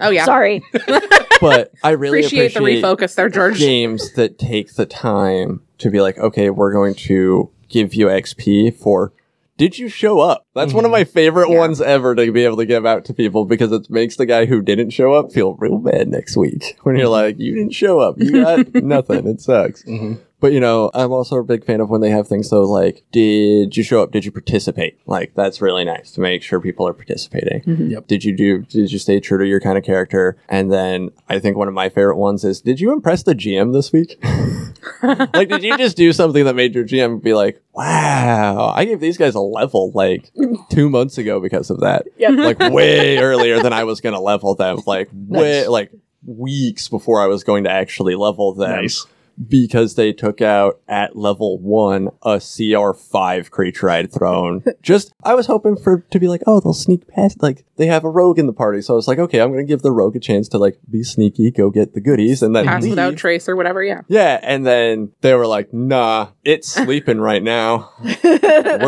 oh yeah,
Sorry,
but I really
appreciate,
appreciate,
the refocus there, George.
games that take the time to be like, okay, we're going to give you XP for. Did you show up? That's one of my favorite
Yeah.
ones ever to be able to give out to people because it makes the guy who didn't show up feel real bad next week when you're like, you didn't show up, you got nothing, it sucks.
Mhm.
But you know, I'm also a big fan of when they have things so like, did you show up? Did you participate? Like that's really nice to make sure people are participating.
Yep.
Did you do? Did you stay true to your kind of character? And then I think one of my favorite ones is, did you impress the GM this week? like, did you just do something that made your GM be like, wow, I gave these guys a level like two months ago because of that.
Yep.
Like way earlier than I was going to level them. Like way
Nice.
like weeks before I was going to actually level them
nice
because they took out at level one a CR5 creature I'd thrown. Just I was hoping for to be like, oh, they'll sneak past. Like they have a rogue in the party, so I was like, okay, I'm gonna give the rogue a chance to like be sneaky, go get the goodies, and then
Pass
leave.
without trace or whatever. Yeah,
yeah, and then they were like, nah, it's sleeping right now. We're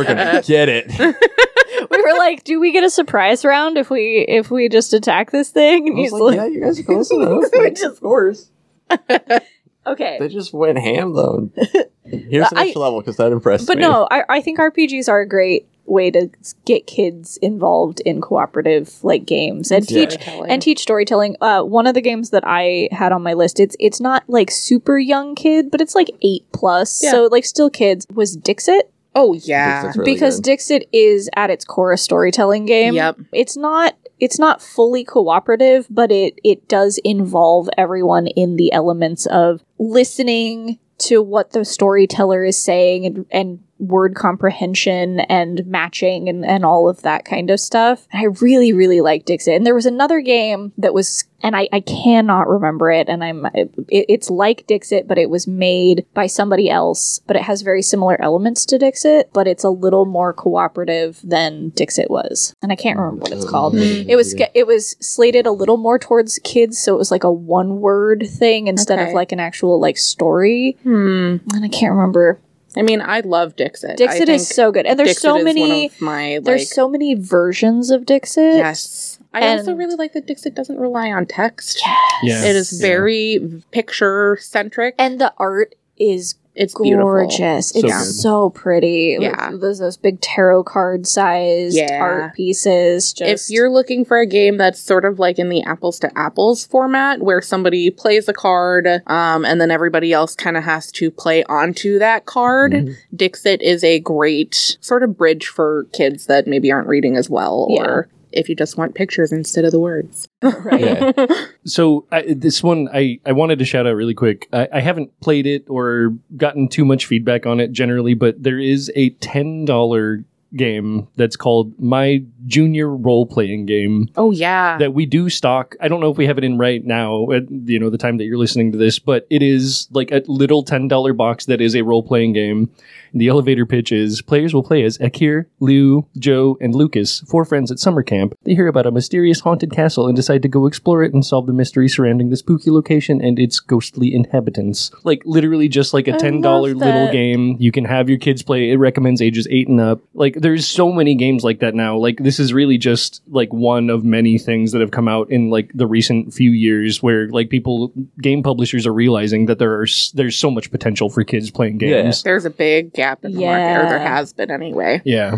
gonna get it.
we were like, do we get a surprise round if we if we just attack this
I
thing? And
was
he's
like,
like,
yeah, you guys are close enough. Like, of course.
okay.
They just went ham though. Here's an
I-
extra level because that impressed
But
me.
no, I, I think RPGs are a great way to s- get kids involved in cooperative like games and
Yeah.
teach and teach storytelling. Uh, one of the games that I had on my list, it's it's not like super young kid, but it's like eight plus,
Yeah.
so like still kids. Was Dixit
oh
Because
yeah,
it's really
because
good.
Dixit is at its core a storytelling game.
Yep.
it's not it's not fully cooperative, but it it does involve everyone in the elements of listening to what the storyteller is saying and and word comprehension and matching and, and all of that kind of stuff. I really, really liked Dixit. And there was another game that was, and I, I cannot remember it. And I'm, it, it's like Dixit, but it was made by somebody else, but it has very similar elements to Dixit, but it's a little more cooperative than Dixit was. And I can't remember what it's called.
Mm.
It was it was slated a little more towards kids, so it was like a one word thing instead of
Okay.
like an actual like story.
Hmm.
And I can't remember.
I mean, I love Dixit. I
Dixit is
think
so good, and there's
Dixit
so
is one
many
of my
there's
like,
so many versions of Dixit.
Yes. I also
And-
really like that Dixit doesn't rely on text.
yeah
It is very picture centric.
And the art is
it's beautiful.
gorgeous.
So
it's
good.
so pretty.
Yeah.
Those, those big tarot card sized
Yeah.
art pieces. Just
If you're looking for a game that's sort of like in the apples to apples format, where somebody plays a card um, and then everybody else kind of has to play onto that card,
Mm-hmm.
Dixit is a great sort of bridge for kids that maybe aren't reading as well,
Yeah.
or if you just want pictures instead of the words.
right.
Yeah.
so I, this one I, I wanted to shout out really quick I, I haven't played it or gotten too much feedback on it generally but there is a $10 game that's called My Junior Role Playing Game
Oh yeah.
that we do stock. I don't know if we have it in right now at you know the time that you're listening to this, but it is like a little ten dollar box that is a role playing game. The elevator pitch is players will play as Akir, Liu, Joe, and Lucas, four friends at summer camp. They hear about a mysterious haunted castle and decide to go explore it and solve the mystery surrounding the spooky location and its ghostly inhabitants. Like literally just like a
I
ten dollar
love
little
that.
game you can have your kids play. It recommends ages eight and up. Like there's so many games like that now. Like this is really just like one of many things that have come out in like the recent few years where like people game publishers are realizing that there are s- there's so much potential for kids playing
Yeah.
games.
There's a big gap in the market, or there
Yeah.
has been anyway.
Yeah.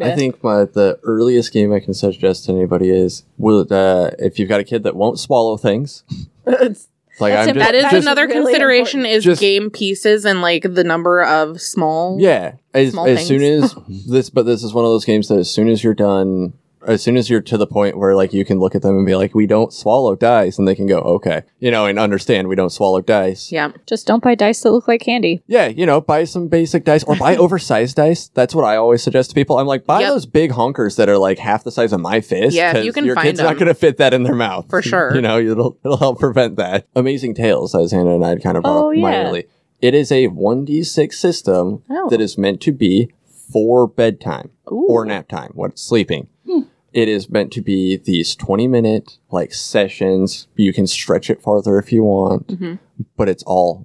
I think my the earliest game I can suggest to anybody is will uh, if you've got a kid that won't swallow things.
It's-
Like
That's
I'm
im-
just,
That is
That's
another
really
consideration is
Just-
game pieces and like the number of small.
yeah. As,
Small
as soon
things.
as this, but this is one of those games that as soon as you're done, as soon as you're to the point where like you can look at them and be like, we don't swallow dice, and they can go okay, you know, and understand we don't swallow dice.
Yeah.
Just don't buy dice that look like candy.
Yeah, you know, buy some basic dice or buy oversized dice. That's what I always suggest to people. I'm like, buy
Yep.
those big honkers that are like half the size of my fist.
Yeah,
'cause
you can
your
find
kid's not
them.
going to fit that in their mouth
For sure.
You know, it'll it'll help prevent that. Amazing Tales, as Hannah and I had kind of brought
Oh,
up
yeah.
mildly. It is a one d six system
Oh.
that is meant to be for bedtime
Ooh.
or nap time when it's sleeping. It is meant to be these 20 minute like sessions. You can stretch it farther if you want,
Mhm.
but it's all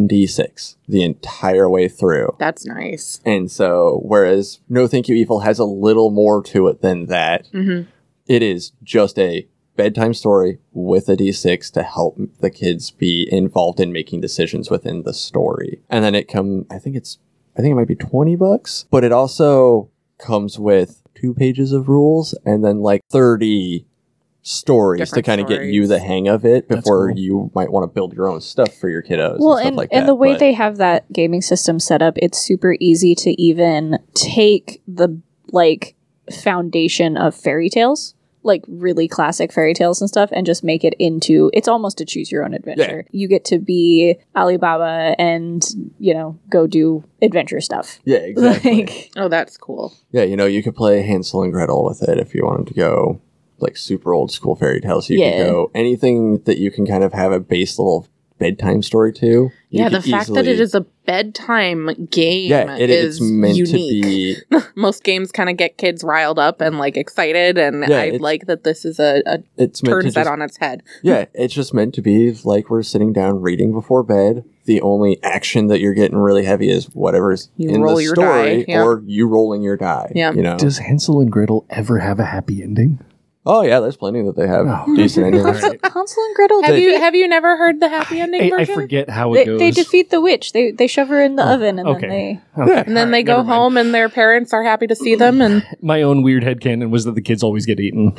1d6 the entire way through.
That's nice.
And so, whereas No Thank You Evil has a little more to it than that,
hmm
it is just a bedtime story with a d6 to help the kids be involved in making decisions within the story and then it come i think it's i think it might be 20 bucks but it also comes with two pages of rules and then like 30 stories
Different
to kind of get
stories.
you the hang of it
That's
before
cool.
you might want to build your own stuff for your kiddos
well
and stuff
and,
like
and
that,
the way
but-
they have that gaming system set up it's super easy to even take the like foundation of fairy tales like really classic fairy tales and stuff and just make it into it's almost a choose your own adventure you get to be alibaba and you know go do adventure stuff
yeah exactly
like
Oh, that's cool.
Yeah, you know, you could play Hansel and Gretel with it if you wanted to go like super old school fairy tales. You
Yeah.
could go anything that you can kind of have a base little bedtime story to. you
yeah, the
could
fact that it
easily-
is a bedtime game
yeah, it,
is
it's meant
unique.
to be
Most games kind of get kids riled up and like excited, and
Yeah,
I
it's-
like that this is a, a
it's meant to
turns that
just,
on its head.
yeah, it's just meant to be like we're sitting down reading before bed. The only action that you're getting really heavy is whatever's
You
in
roll
the
your
story
die, yeah.
or you rolling your die.
Yeah.
You know?
Does Hansel and Gretel ever have a happy ending?
oh yeah, there's plenty that they have
Oh.
decent endings.
hansel, Hansel and gretel
Have
They-
you have you never heard the happy ending
I, I
version?
forget how
they,
it goes.
they defeat the witch they, they shove her in the
Oh,
oven and
okay.
then they
Okay,
And then
alright,
they go
never mind.
home, and their parents are happy to see them. And
My own weird headcanon was that the kids always get eaten.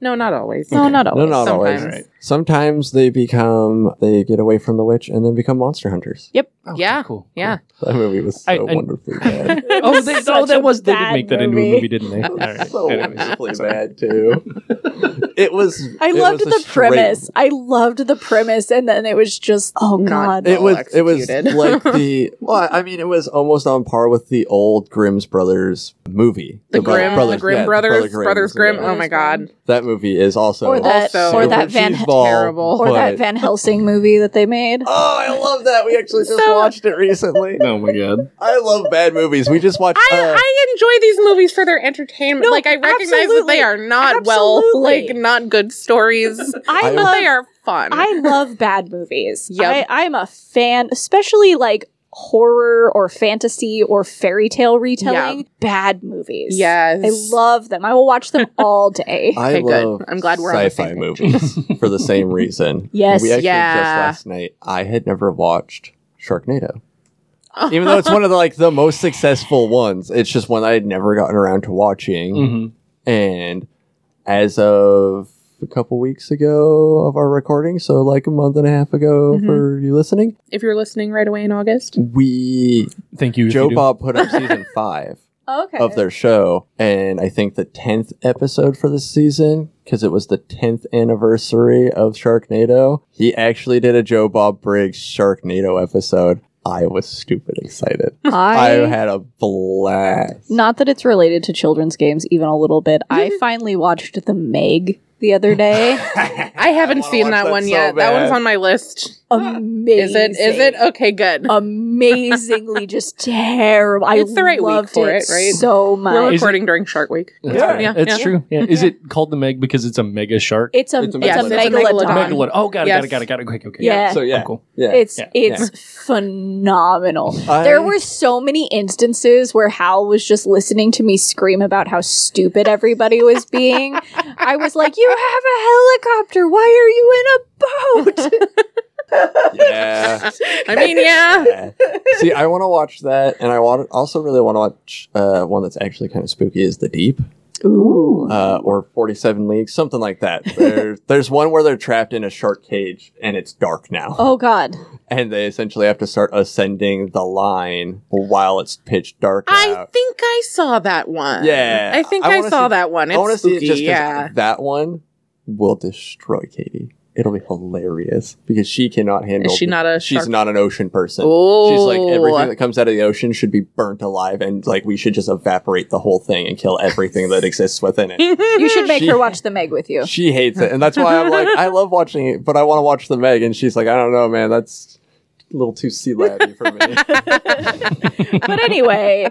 no, not always.
no not
No,
always
not always.
Sometimes.
Sometimes they become they get away from the witch and then become monster hunters.
Okay,
Yeah.
cool.
Yeah.
That movie was so
I- I-
wonderfully bad.
cool. Oh, they,
Such
oh,
a
that was they did
bad
make that into a
movie.
movie, didn't they? All right.
so
Anyways.
wonderfully bad too. It was.
I
it
loved
was a
the
straight-
premise. I loved the premise, and then it was just oh
Not-
god.
It was. It was
executed.
like the. Well, I mean, it was almost on par with the old Grimm's Brothers movie.
The
Bro-
Grimm,
Brothers-
the Grimm
yeah,
brothers,
Brother Grimm's,
brothers Grimm.
yeah.
Oh my god,
That movie is also
Or that-
Also-
or
super
that Van
cheeseball,
Terrible.
or that
but-
Van Helsing movie that they made.
Oh, I love that. We actually just
So-
watched it recently.
Oh my god.
I love bad movies. We just watched.
I,
uh,
I enjoy these movies for their entertainment.
No,
like I recognize that
absolutely.
they are not well,
Absolutely.
like not good stories, but
I,
I
love.
they are fun.
I love bad movies.
Yep.
I, I'm a fan, especially like horror or fantasy or fairy tale retelling. Bad movies.
yes,
I love them. I will watch them all day.
I
Okay, good.
love
I'm glad we're on the
sci-fi
same
movies for the same reason.
Yes.
we actually
Yeah.
just last night. I had never watched Sharknado, even though it's one of the like the most successful ones. It's just one I had never gotten around to watching.
Mm-hmm.
hmm
And as of a couple weeks ago of our recording, so like a month and a half ago
Mhm.
for you listening,
if you're listening right away in August,
we
Thank you. if
Joe
you do.
Bob put up season five.
okay.
of their show and i think the 10th episode for this season because it was the 10th anniversary of sharknado he actually did a joe bob briggs sharknado episode I was stupid excited. I
I,
had a blast.
not that it's related to children's games even a little bit.
Mm-hmm.
I finally watched The Meg the other day.
I haven't
wanna
seen
watch
that,
that
one
so
yet. That
bad.
one's on my list.
Amazing.
Is it? Is it?
Oh
Okay, good.
amazingly just terrible. I
It's the right week
loved
for
it,
it, right?
so
We're
much.
Is it-
recording during Shark Week.
Yeah,
yeah,
it's
yeah.
true. Yeah. Is it called the Meg because it's a mega shark?
it's a,
It's
it's
a
a,
Yes, it's a
megalodon.
megalodon.
Megalodon. Oh, got it, got it,
Yes.
got it, got it. Quick, okay.
Yeah.
So yeah,
Oh, cool.
yeah.
It's
Yeah.
it's phenomenal.
I-
there were so many instances where Hal was just listening to me scream about how stupid everybody was being. I was like, "You have a helicopter. Why are you in a boat?"
yeah.
I mean, yeah.
Yeah. See, I want to watch that, and I want also really want to watch uh, one that's actually kind of spooky is The Deep
Ooh.
uh, or Forty Seven Leagues, something like that. There, there's one where they're trapped in a shark cage, and it's dark now,
Oh God.
and they essentially have to start ascending the line while it's pitch dark.
I
out.
think I saw that one.
Yeah.
I think
I
I,
wanna
saw
see-
that one.
I want to
It's
see it
spooky.
just
yeah.
because that one will destroy Katie. It'll be hilarious because she cannot handle.
Is she not a
She's
shark?
not an ocean person.
Oh.
She's like everything that comes out of the ocean should be burnt alive, and like we should just evaporate the whole thing and kill everything that exists within it.
You should make
She-
her watch the Meg with you.
She hates it, and that's why I'm like, I love watching it, but I want to watch the Meg, and she's like, I don't know, man, that's a little too sea labby for me.
But anyway,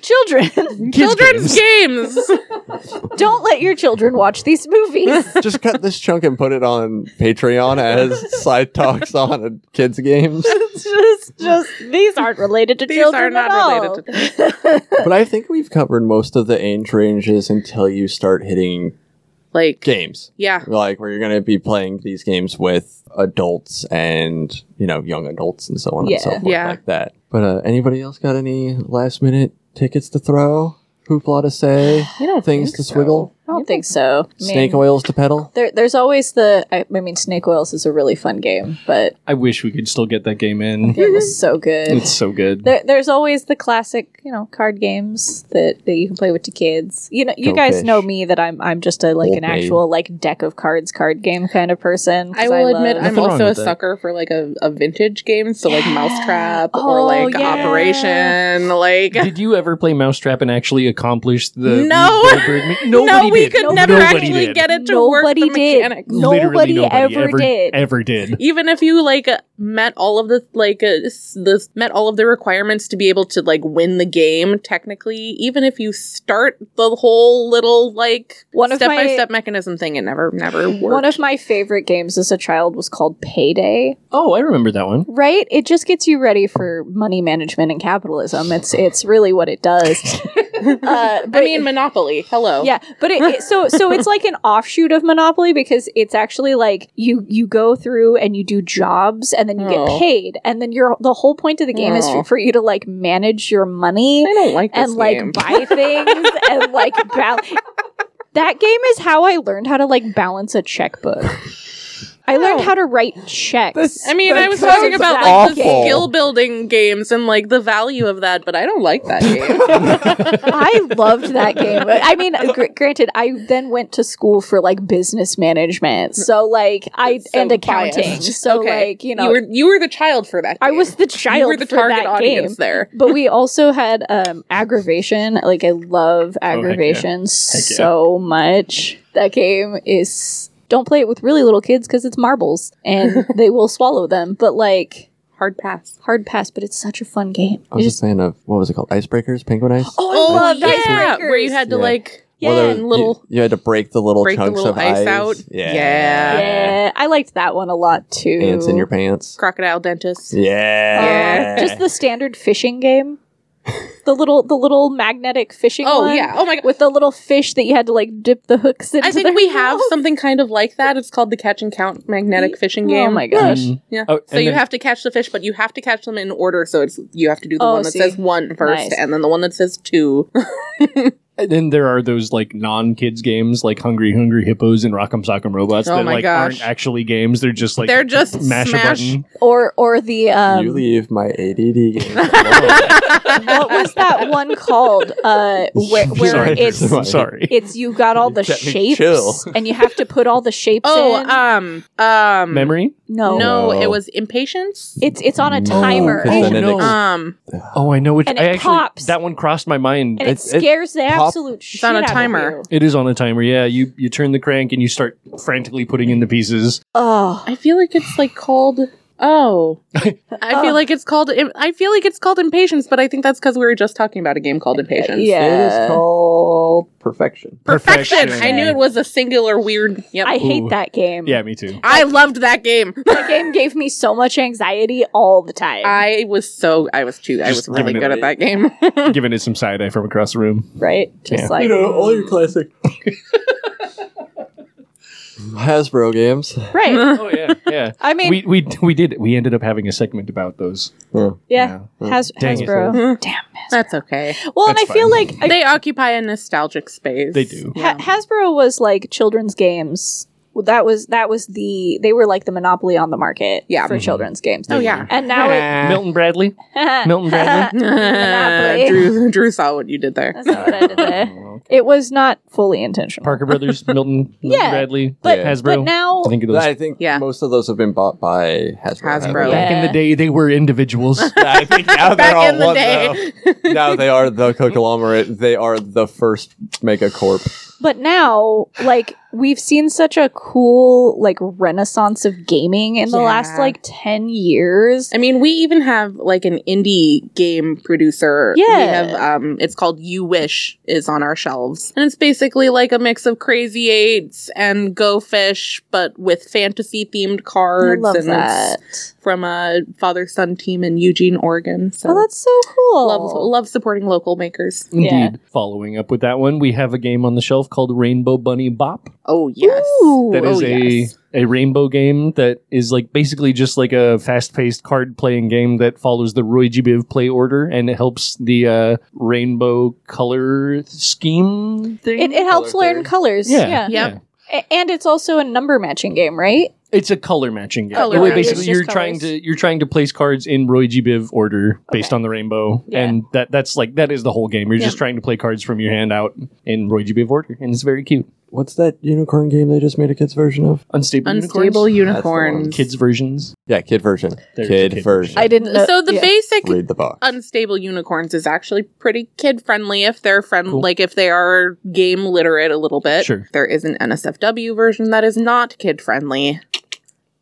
children,
Children's games.
don't let your children watch these movies.
just cut this chunk and put it on Patreon as side talks on kids games.
just, just these aren't related to
These are
children
not
at all.
related to
but I think we've covered most of the age ranges until you start hitting
like
games.
yeah.
Like where you're going to be playing these games with adults and, you know, young adults and so on and so
Yeah.
forth
Yeah.
like that. But uh, anybody else got any last minute tickets to throw? Hoopla to say?
You don't
Things
think
to
so.
swiggle?
I don't think so. I mean,
Snake oils to pedal?
There, there's always the. I, I mean, Snake Oils is a really fun game, but
I wish we could still get that game in.
it
Mm-hmm.
was so good.
It's so good.
There, there's always the classic, you know, card games that, that you can play with the kids. You know, you
Go
guys
fish.
know me that I'm I'm just a like
Old
an
maid.
actual like deck of cards card game kind of person. 'cause
I will admit,
love-
I'm
Nothing wrong
also a
with that.
sucker for like a, a vintage game, so like
Yeah.
Mousetrap or
Oh,
like
yeah.
Operation, like
Did you ever play Mousetrap and actually accomplish the
No.
Goldberg me- Nobody
no, we
did.
could
Nobody
never
did.
actually
did.
get it to
Nobody
work the
did.
mechanics.
Literally
Nobody ever did.
Ever did.
Even if you like met all of the like uh, s- the met all of the requirements to be able to like win the game, technically, even if you start the whole little like
One of
step
my-
by step mechanism thing, it never never worked.
one of my favorite games as a child was called Payday.
Oh, I remember that one.
Right? It just gets you ready for money management and capitalism. It's it's really what it does. uh, but
I mean, Monopoly. Hello.
yeah, but it, it- so so it's like an offshoot of Monopoly because it's actually like you you go through and you do jobs and then you
Oh.
get paid and then your the whole point of the game is
Oh.
for, for you to like manage your money
I don't like this
and like
game.
buy things and like bal- that game is how I learned how to like balance a checkbook. I learned how to write checks.
That's-
I mean,
That
I was
sounds
talking about like
awful.
the skill building games and like the value of that, but I don't like that game.
I loved that game. I mean, gr- granted, I then went to school for like business management, so like I
So
and accounting.
biased.
So
Okay.
like you know,
you were you were the child for that.
I
game.
was the child
You were the
for
target
that
audience
game.
there.
but we also had um, aggravation. Like I love
Oh,
aggravation
yeah.
so much. That game is don't play it with really little kids because it's marbles and they will swallow them. But like
Hard pass.
hard pass, but it's such a fun game.
I was
It
just
just-
saying of, what was it called? Icebreakers? Penguin ice?
oh, I love
yeah, where you had to
Yeah.
like.
Well, there was-
and little-
You, you had to break the little
break the
chunks
little
of
ice out.
Yeah.
Yeah.
Yeah, I liked that one a lot too.
Ants in your pants.
Crocodile dentist.
Yeah.
Yeah.
Just the standard fishing game. The little the little magnetic fishing
Oh
one
yeah. Oh my god.
With the little fish that you had to like dip the hooks into.
I think
their
we have
mouth.
something kind of like that. It's called the catch and count magnetic fishing game.
Oh my gosh.
Mm.
Yeah.
Oh,
so
and
you
then-
have to catch the fish, but you have to catch them in order. So it's you have to do the
Oh,
one that
see.
says one first,
Nice.
and then the one that says two.
And then there are those like non kids games like Hungry Hungry Hippos and Rock'em Sock'em Robots
Oh
that
my
like
gosh.
aren't actually games. They're just like
They're just
mash
smash-
a button.
or or the
you
um,
leave my ADD games alone.
what was that one called? Uh, where where
Sorry.
it's
I'm sorry.
it's you got all the
Let me
shapes
chill.
and you have to put all the shapes
Oh,
in.
um, um,
Memory?
no,
No.
No, it was impatience.
it's it's on a
No,
timer.
'cause then
Oh,
it
no.
ex-
Um,
Oh, I know which
And
I
it
actually
pops.
that one crossed my mind.
and it,
It's- it
scares the
pop-
absolute shit
on a
out of
timer.
you.
It is on a timer. Yeah, you you turn the crank and you start frantically putting in the pieces.
Oh,
I feel like it's like called. Oh, I feel
Oh.
like it's called. im- I feel like it's called impatience, but I think that's because we were just talking about a game called impatience.
It is
yeah.
called Perfection.
perfection.
Perfection.
I knew it was a singular weird. Yep.
I
I,
hate
Ooh.
that game.
Yeah, me too.
loved that game.
that game gave me so much anxiety all the time.
I was so. I was too. I
Just
was really
giving it
good at that game.
Giving it some side eye from across the room.
right? Just
Yeah.
like
all your classic Hasbro games.
right.
Oh yeah, yeah.
I mean,
we we we did. We ended up having a segment about those.
Yeah.
yeah.
yeah.
Has
Dang it.
Hasbro. Damn.
That's okay.
Well, and I
That's
feel
fine.
like I,
They occupy a nostalgic space.
They do.
ha- Hasbro was like children's games. That was that was the they were like the monopoly on the market
Yeah.
for
Mm-hmm.
Mhm.
children's games.
Oh yeah.
And now it
Milton Bradley. Milton Bradley.
Monopoly.
Drew, Drew saw what you did there.
That's not what I did there. It was not fully intentional.
Parker Brothers. Milton. Milton
Yeah,
Bradley.
but-
Hasbro.
but now-
I think of those.
I think
Yeah.
most of those have been bought by Hasbro.
Hasbro.
Yeah.
Back in the day, they were individuals.
I think now
Back
they're all
in the
one,
day.
though. Now they are the conglomerate. They are the first mega corp.
But now, like, we've seen such a cool, like, renaissance of gaming in the last,
Yeah.
like, 10 years.
I mean, we even have like an indie game producer. We
Yeah.
have um it's called You Wish is on our shelves. And it's basically like a mix of Crazy Eights and Go Fish, but with fantasy themed
I
cards
love
and
that.
it's from a father son team in Eugene, Oregon. So
Oh, that's so cool.
love love supporting local makers.
Indeed.
Yeah.
Following up with that one, we have a game on the shelf called Rainbow Bunny Bop.
Oh yes.
Ooh.
That is
Oh,
a
yes.
a rainbow game that is like basically just like a fast paced card playing game that follows the Roy G. Biv play order and it helps the uh, rainbow color scheme thing.
It, it helps
Color
learn
theory.
colors. Yeah.
yeah,
Yep.
A- and it's also a number matching game, right?
It's a color matching game.
Color
Wait,
matching.
basically,
It's just
you're trying
colors.
to you're trying to place cards in Roy G. Biv order based
Okay.
on the rainbow,
Yeah.
and that that's like that is the whole game. You're
Yeah.
just trying to play cards from your hand out in Roy G. Biv order, and it's very cute.
What's that unicorn game they just made a kids version of?
Unstable,
Unstable
unicorns?
That's the one.
unicorns.
kids versions.
Yeah, kid version.
There's
kid,
a kid
version.
I didn't know.
So the
yeah.
basic
Read the box.
unstable unicorns is actually pretty kid friendly if they're friend
Cool.
like if they are game literate a little bit.
Sure.
There is an NSFW version that is not kid friendly.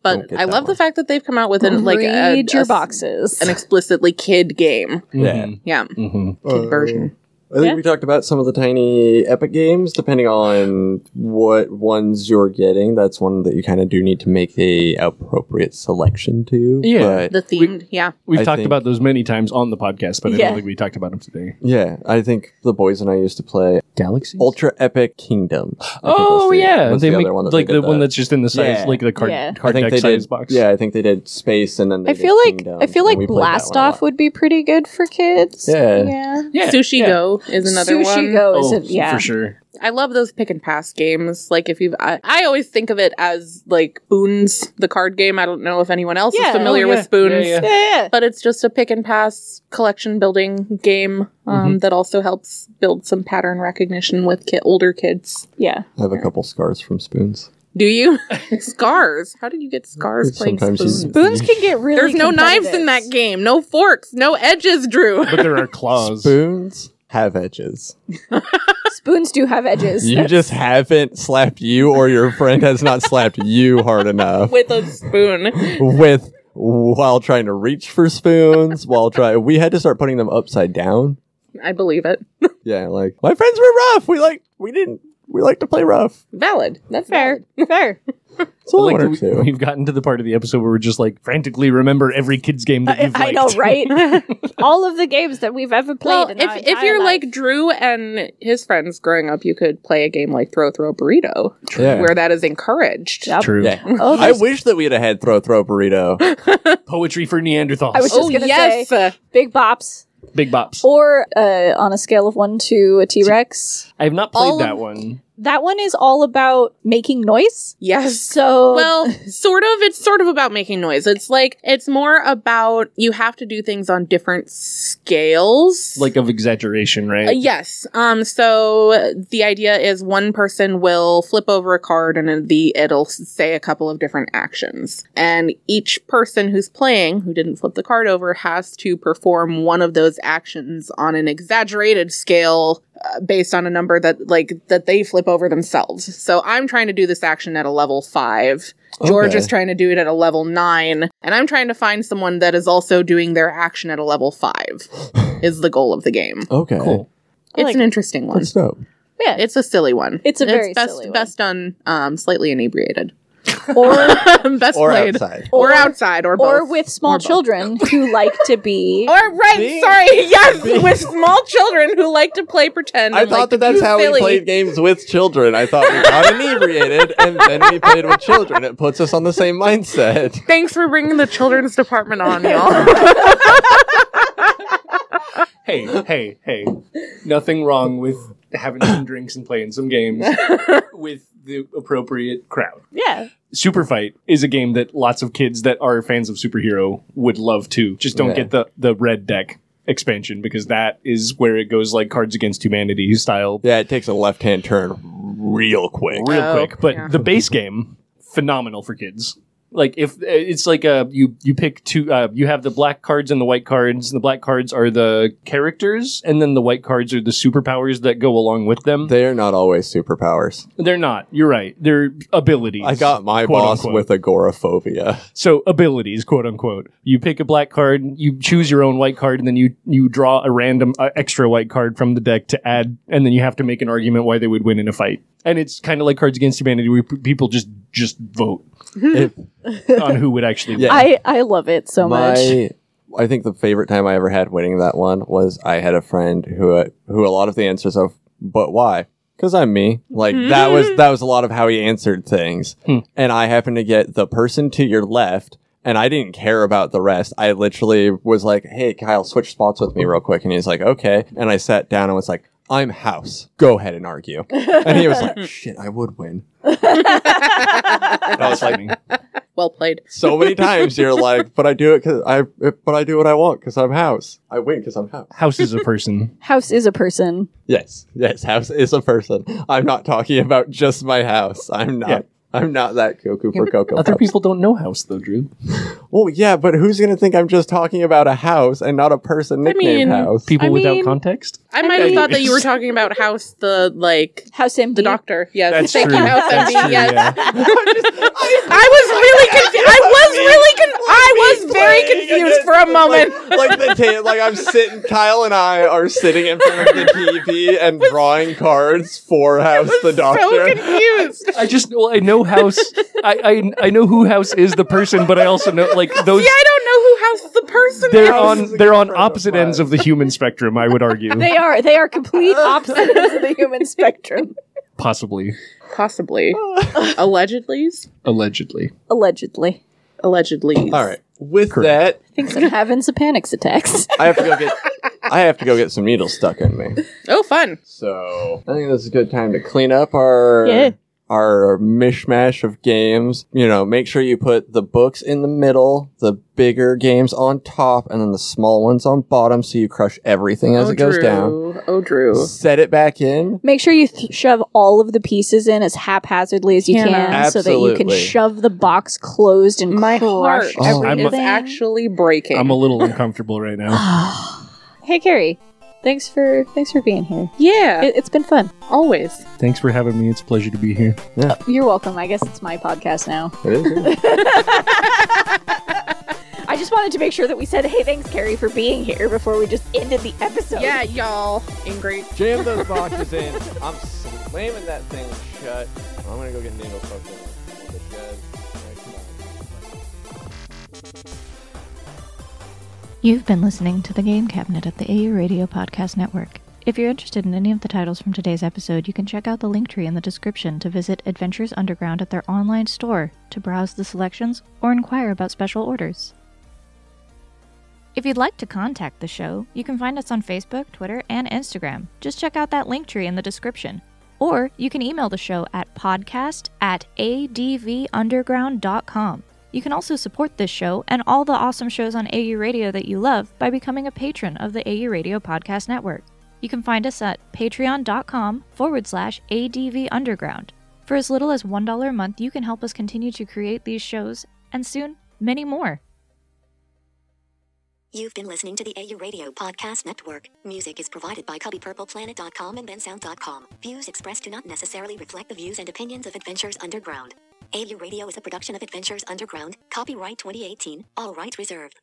Don't
But
get
I
that
love
one.
the fact that they've come out with an like a,
read
a
your
s-
boxes.
an explicitly kid game.
Yeah.
Yeah.
hmm
Kid version.
I think
Yeah.
we talked about some of the tiny Epic games. Depending on what ones you're getting, that's one that you kind of do need to make the appropriate selection to.
Yeah.
But
The themed, yeah.
We've
I
talked
think-
about those many times on the podcast, but I
Yeah.
don't think we talked about them today.
yeah, I think the boys and I used to play
Galaxy.
Ultra Epic Kingdom. I think
Oh
was the-
yeah,
was
they
the
make
other one that they
like the
did
one
that.
that's just in the size,
Yeah.
like the card,
Yeah.
I
card
think
deck
they
size
did.
box.
Yeah, I think they did space and then they
I
did
feel like
Kingdom,
I feel
and
like
we played that one a
Blast Off
lot.
would be pretty good for kids.
Yeah.
yeah.
yeah,
Sushi
yeah.
Go is another
Sushi
one.
Go is
Oh,
a, yeah.
for sure.
I love those pick and pass games. Like if you've, I, I always think of it as like Spoons, the card game. I don't know if anyone else
Yeah.
is familiar
Oh, yeah.
with Spoons.
Yeah, yeah.
Yeah,
but it's just a pick and pass collection building game um,
Mm-hmm.
that also helps build some pattern recognition with ki- older kids.
yeah.
I have a couple scars from spoons.
Do you scars? How did you get scars playing
Sometimes you-
spoons?
Spoons can get really.
There's no knives in that
competitive.
game, no forks, no edges, Drew.
But there are claws.
Spoons have edges.
Spoons do have edges.
You just haven't slapped you, or your friend has not slapped you hard enough.
With a spoon.
with while trying to reach for spoons while try we had to start putting them upside down
I believe it.
yeah like my friends were rough we like we didn't we like to play rough
Valid. That's
fair,
fair.
fair.
it's only
like
one or
we,
two
we've gotten to the part of the episode where we're just like frantically remember every kids game that
I,
you've
I
liked.
know, right? All of the games that we've ever played.
Well,
in
if
our
if
entire
you're
life.
like Drew and his friends growing up, you could play a game like Throw Throw Burrito,
yeah.
where that is encouraged.
Yep.
True.
yeah
Oh,
i
there's-
wish that we had had throw throw burrito
Poetry for Neanderthals.
I was just
Oh
gonna
yes,
say- big bops,
Big bops.
Or uh, on a scale of one to a T Rex.
I have not played
all
that
of-
one.
That one is all about making noise.
Yes.
So
Well, sort of. It's sort of about making noise. It's like it's more about you have to do things on different scales.
Like of exaggeration, right?
Uh, yes. Um. So the idea is one person will flip over a card, and then the it'll s- say a couple of different actions, and each person who's playing who didn't flip the card over has to perform one of those actions on an exaggerated scale uh, based on a number that like that they flip over themselves. So I'm trying to do this action at a level five. George
Okay.
is trying to do it at a level nine, and I'm trying to find someone that is also doing their action at a level five. is the goal of the game.
Okay.
Cool.
I
It's
like
an
it.
interesting one.
That's dope.
yeah,
It's a silly one.
It's a very
best,
silly one.
best done um, slightly inebriated.
or
best
Or
played.
outside.
Or,
Or-
outside or both.
or with small
Or both.
children who like to be.
Or right,
Being-
sorry, yes, with small children who like to play pretend.
I
and like
thought
to
that that's
do
how
silly.
we played games with children. I thought we got inebriated and then we played with children. It puts us on the same mindset.
Thanks for bringing the children's department on, y'all.
Hey, hey, hey. Nothing wrong with having some drinks and playing some games with the appropriate crowd.
yeah,
Super Fight is a game that lots of kids that are fans of superhero would love to. Just don't
Yeah.
get the the red deck expansion because that is where it goes like Cards Against Humanity style
Yeah, it takes a left hand turn real quick.
real
Oh,
quick. But
yeah.
the base game phenomenal for kids. Like if it's like uh you you pick two uh, you have the black cards and the white cards. The black cards are the characters and then the white cards are the superpowers that go along with them.
They are not always superpowers.
They're not. You're right. They're abilities.
I got my
quote,
boss
unquote.
with agoraphobia.
So abilities, quote unquote. You pick a black card, you choose your own white card, and then you you draw a random uh, extra white card from the deck to add, and then you have to make an argument why they would win in a fight. And it's kind of like Cards Against Humanity, where p- people just just vote
If-
on who would actually win.
Yeah.
I I love it so much.
my, I think the favorite time I ever had winning that one was I had a friend who uh, who a lot of the answers of, but why? Because I'm me. Like
Hmm.
that was that was a lot of how he answered things,
Hmm.
and I happened to get the person to your left. And I didn't care about the rest. I literally was like, "Hey, Kyle, switch spots with me real quick." And he's like, "Okay." And I sat down and was like, "I'm House. Go ahead and argue." And he was like, "Shit, I would win." I was like,
well played.
so many times you're like, but I do it because I, but I do what I want because I'm house. I win because I'm house.
House is a person.
House is a person.
Yes, yes, house is a person. I'm not talking about just my house. I'm not.
Yeah.
I'm not that cuckoo for cocoa.
Other
Puffs.
people don't know House though, Drew.
Well, yeah, but who's gonna think I'm just talking about a house and not a person nicknamed
mean,
House?
People
I
without
mean-
context.
I might have
mean-
thought that you were talking about House the like
House empty.
the doctor. Yes,
That's
thank
true.
you, House
That's
MD.
true,
Yes.
yeah.
I was really confused. I was really con- I was very confused for a moment.
Like, like the ta- like I'm sitting. Kyle and I are sitting in front of the TV and drawing cards for House the
So
Doctor.
confused.
I just well, I know House. I, I I know who House is the person, but I also know like
Oh,
those.
See, I don't know who House the person
They're
House is
on
a
they're
good
on
friend of
opposite
mine.
ends of the human spectrum. I would argue,
They are they are complete opposites of the human spectrum.
possibly,
Possibly. Allegedly.
allegedly.
Allegedly.
Allegedly.
All right. With that,
Thinks I'm having some panic attacks.
I have to go get I have to go get some needles stuck in me.
Oh, fun.
So I think this is a good time to clean up our
Yeah.
our mishmash of games. You know, make sure you put the books in the middle, the bigger games on top, and then the small ones on bottom so you crush everything as
oh,
it goes
Drew.
down.
Oh, Drew.
Set it back in.
Make sure you th- shove all of the pieces in as haphazardly as you
Hannah.
can, so that you can
Absolutely.
shove the box closed and
My heart
crush
Oh,
everything.
is actually breaking.
I'm a little uncomfortable right now.
hey, Carrie. Thanks for thanks for being here.
yeah,
It, it's been fun.
always.
Thanks for having me. It's a pleasure to be here.
You're welcome. I guess it's my podcast now.
It is-
I just wanted to make sure that we said, "Hey, thanks, Carrie, for being here," before we just ended the episode.
Yeah, y'all. Ingrate.
Jam those boxes in. I'm slamming that thing shut. I'm gonna go get needles stuck in. We'll get good. Next time.
You've been listening to The Game Cabinet at the AU Radio Podcast Network. If you're interested in any of the titles from today's episode, you can check out the link tree in the description to visit Adventures Underground at their online store to browse the selections or inquire about special orders.
If you'd like to contact the show, you can find us on Facebook, Twitter, and Instagram. Just check out that link tree in the description. Or you can email the show at podcast at advunderground.com. You can also support this show and all the awesome shows on AU Radio that you love by becoming a patron of the AU Radio Podcast Network. You can find us at patreon.com forward slash ADV Underground. For as little as $1 a month, you can help us continue to create these shows and soon, many more.
You've been listening to the AU Radio Podcast Network. Music is provided by CubbyPurplePlanet.com and bensound.com. Views expressed do not necessarily reflect the views and opinions of Adventures Underground. AU Radio is a production of Adventures Underground, copyright 2018, all rights reserved.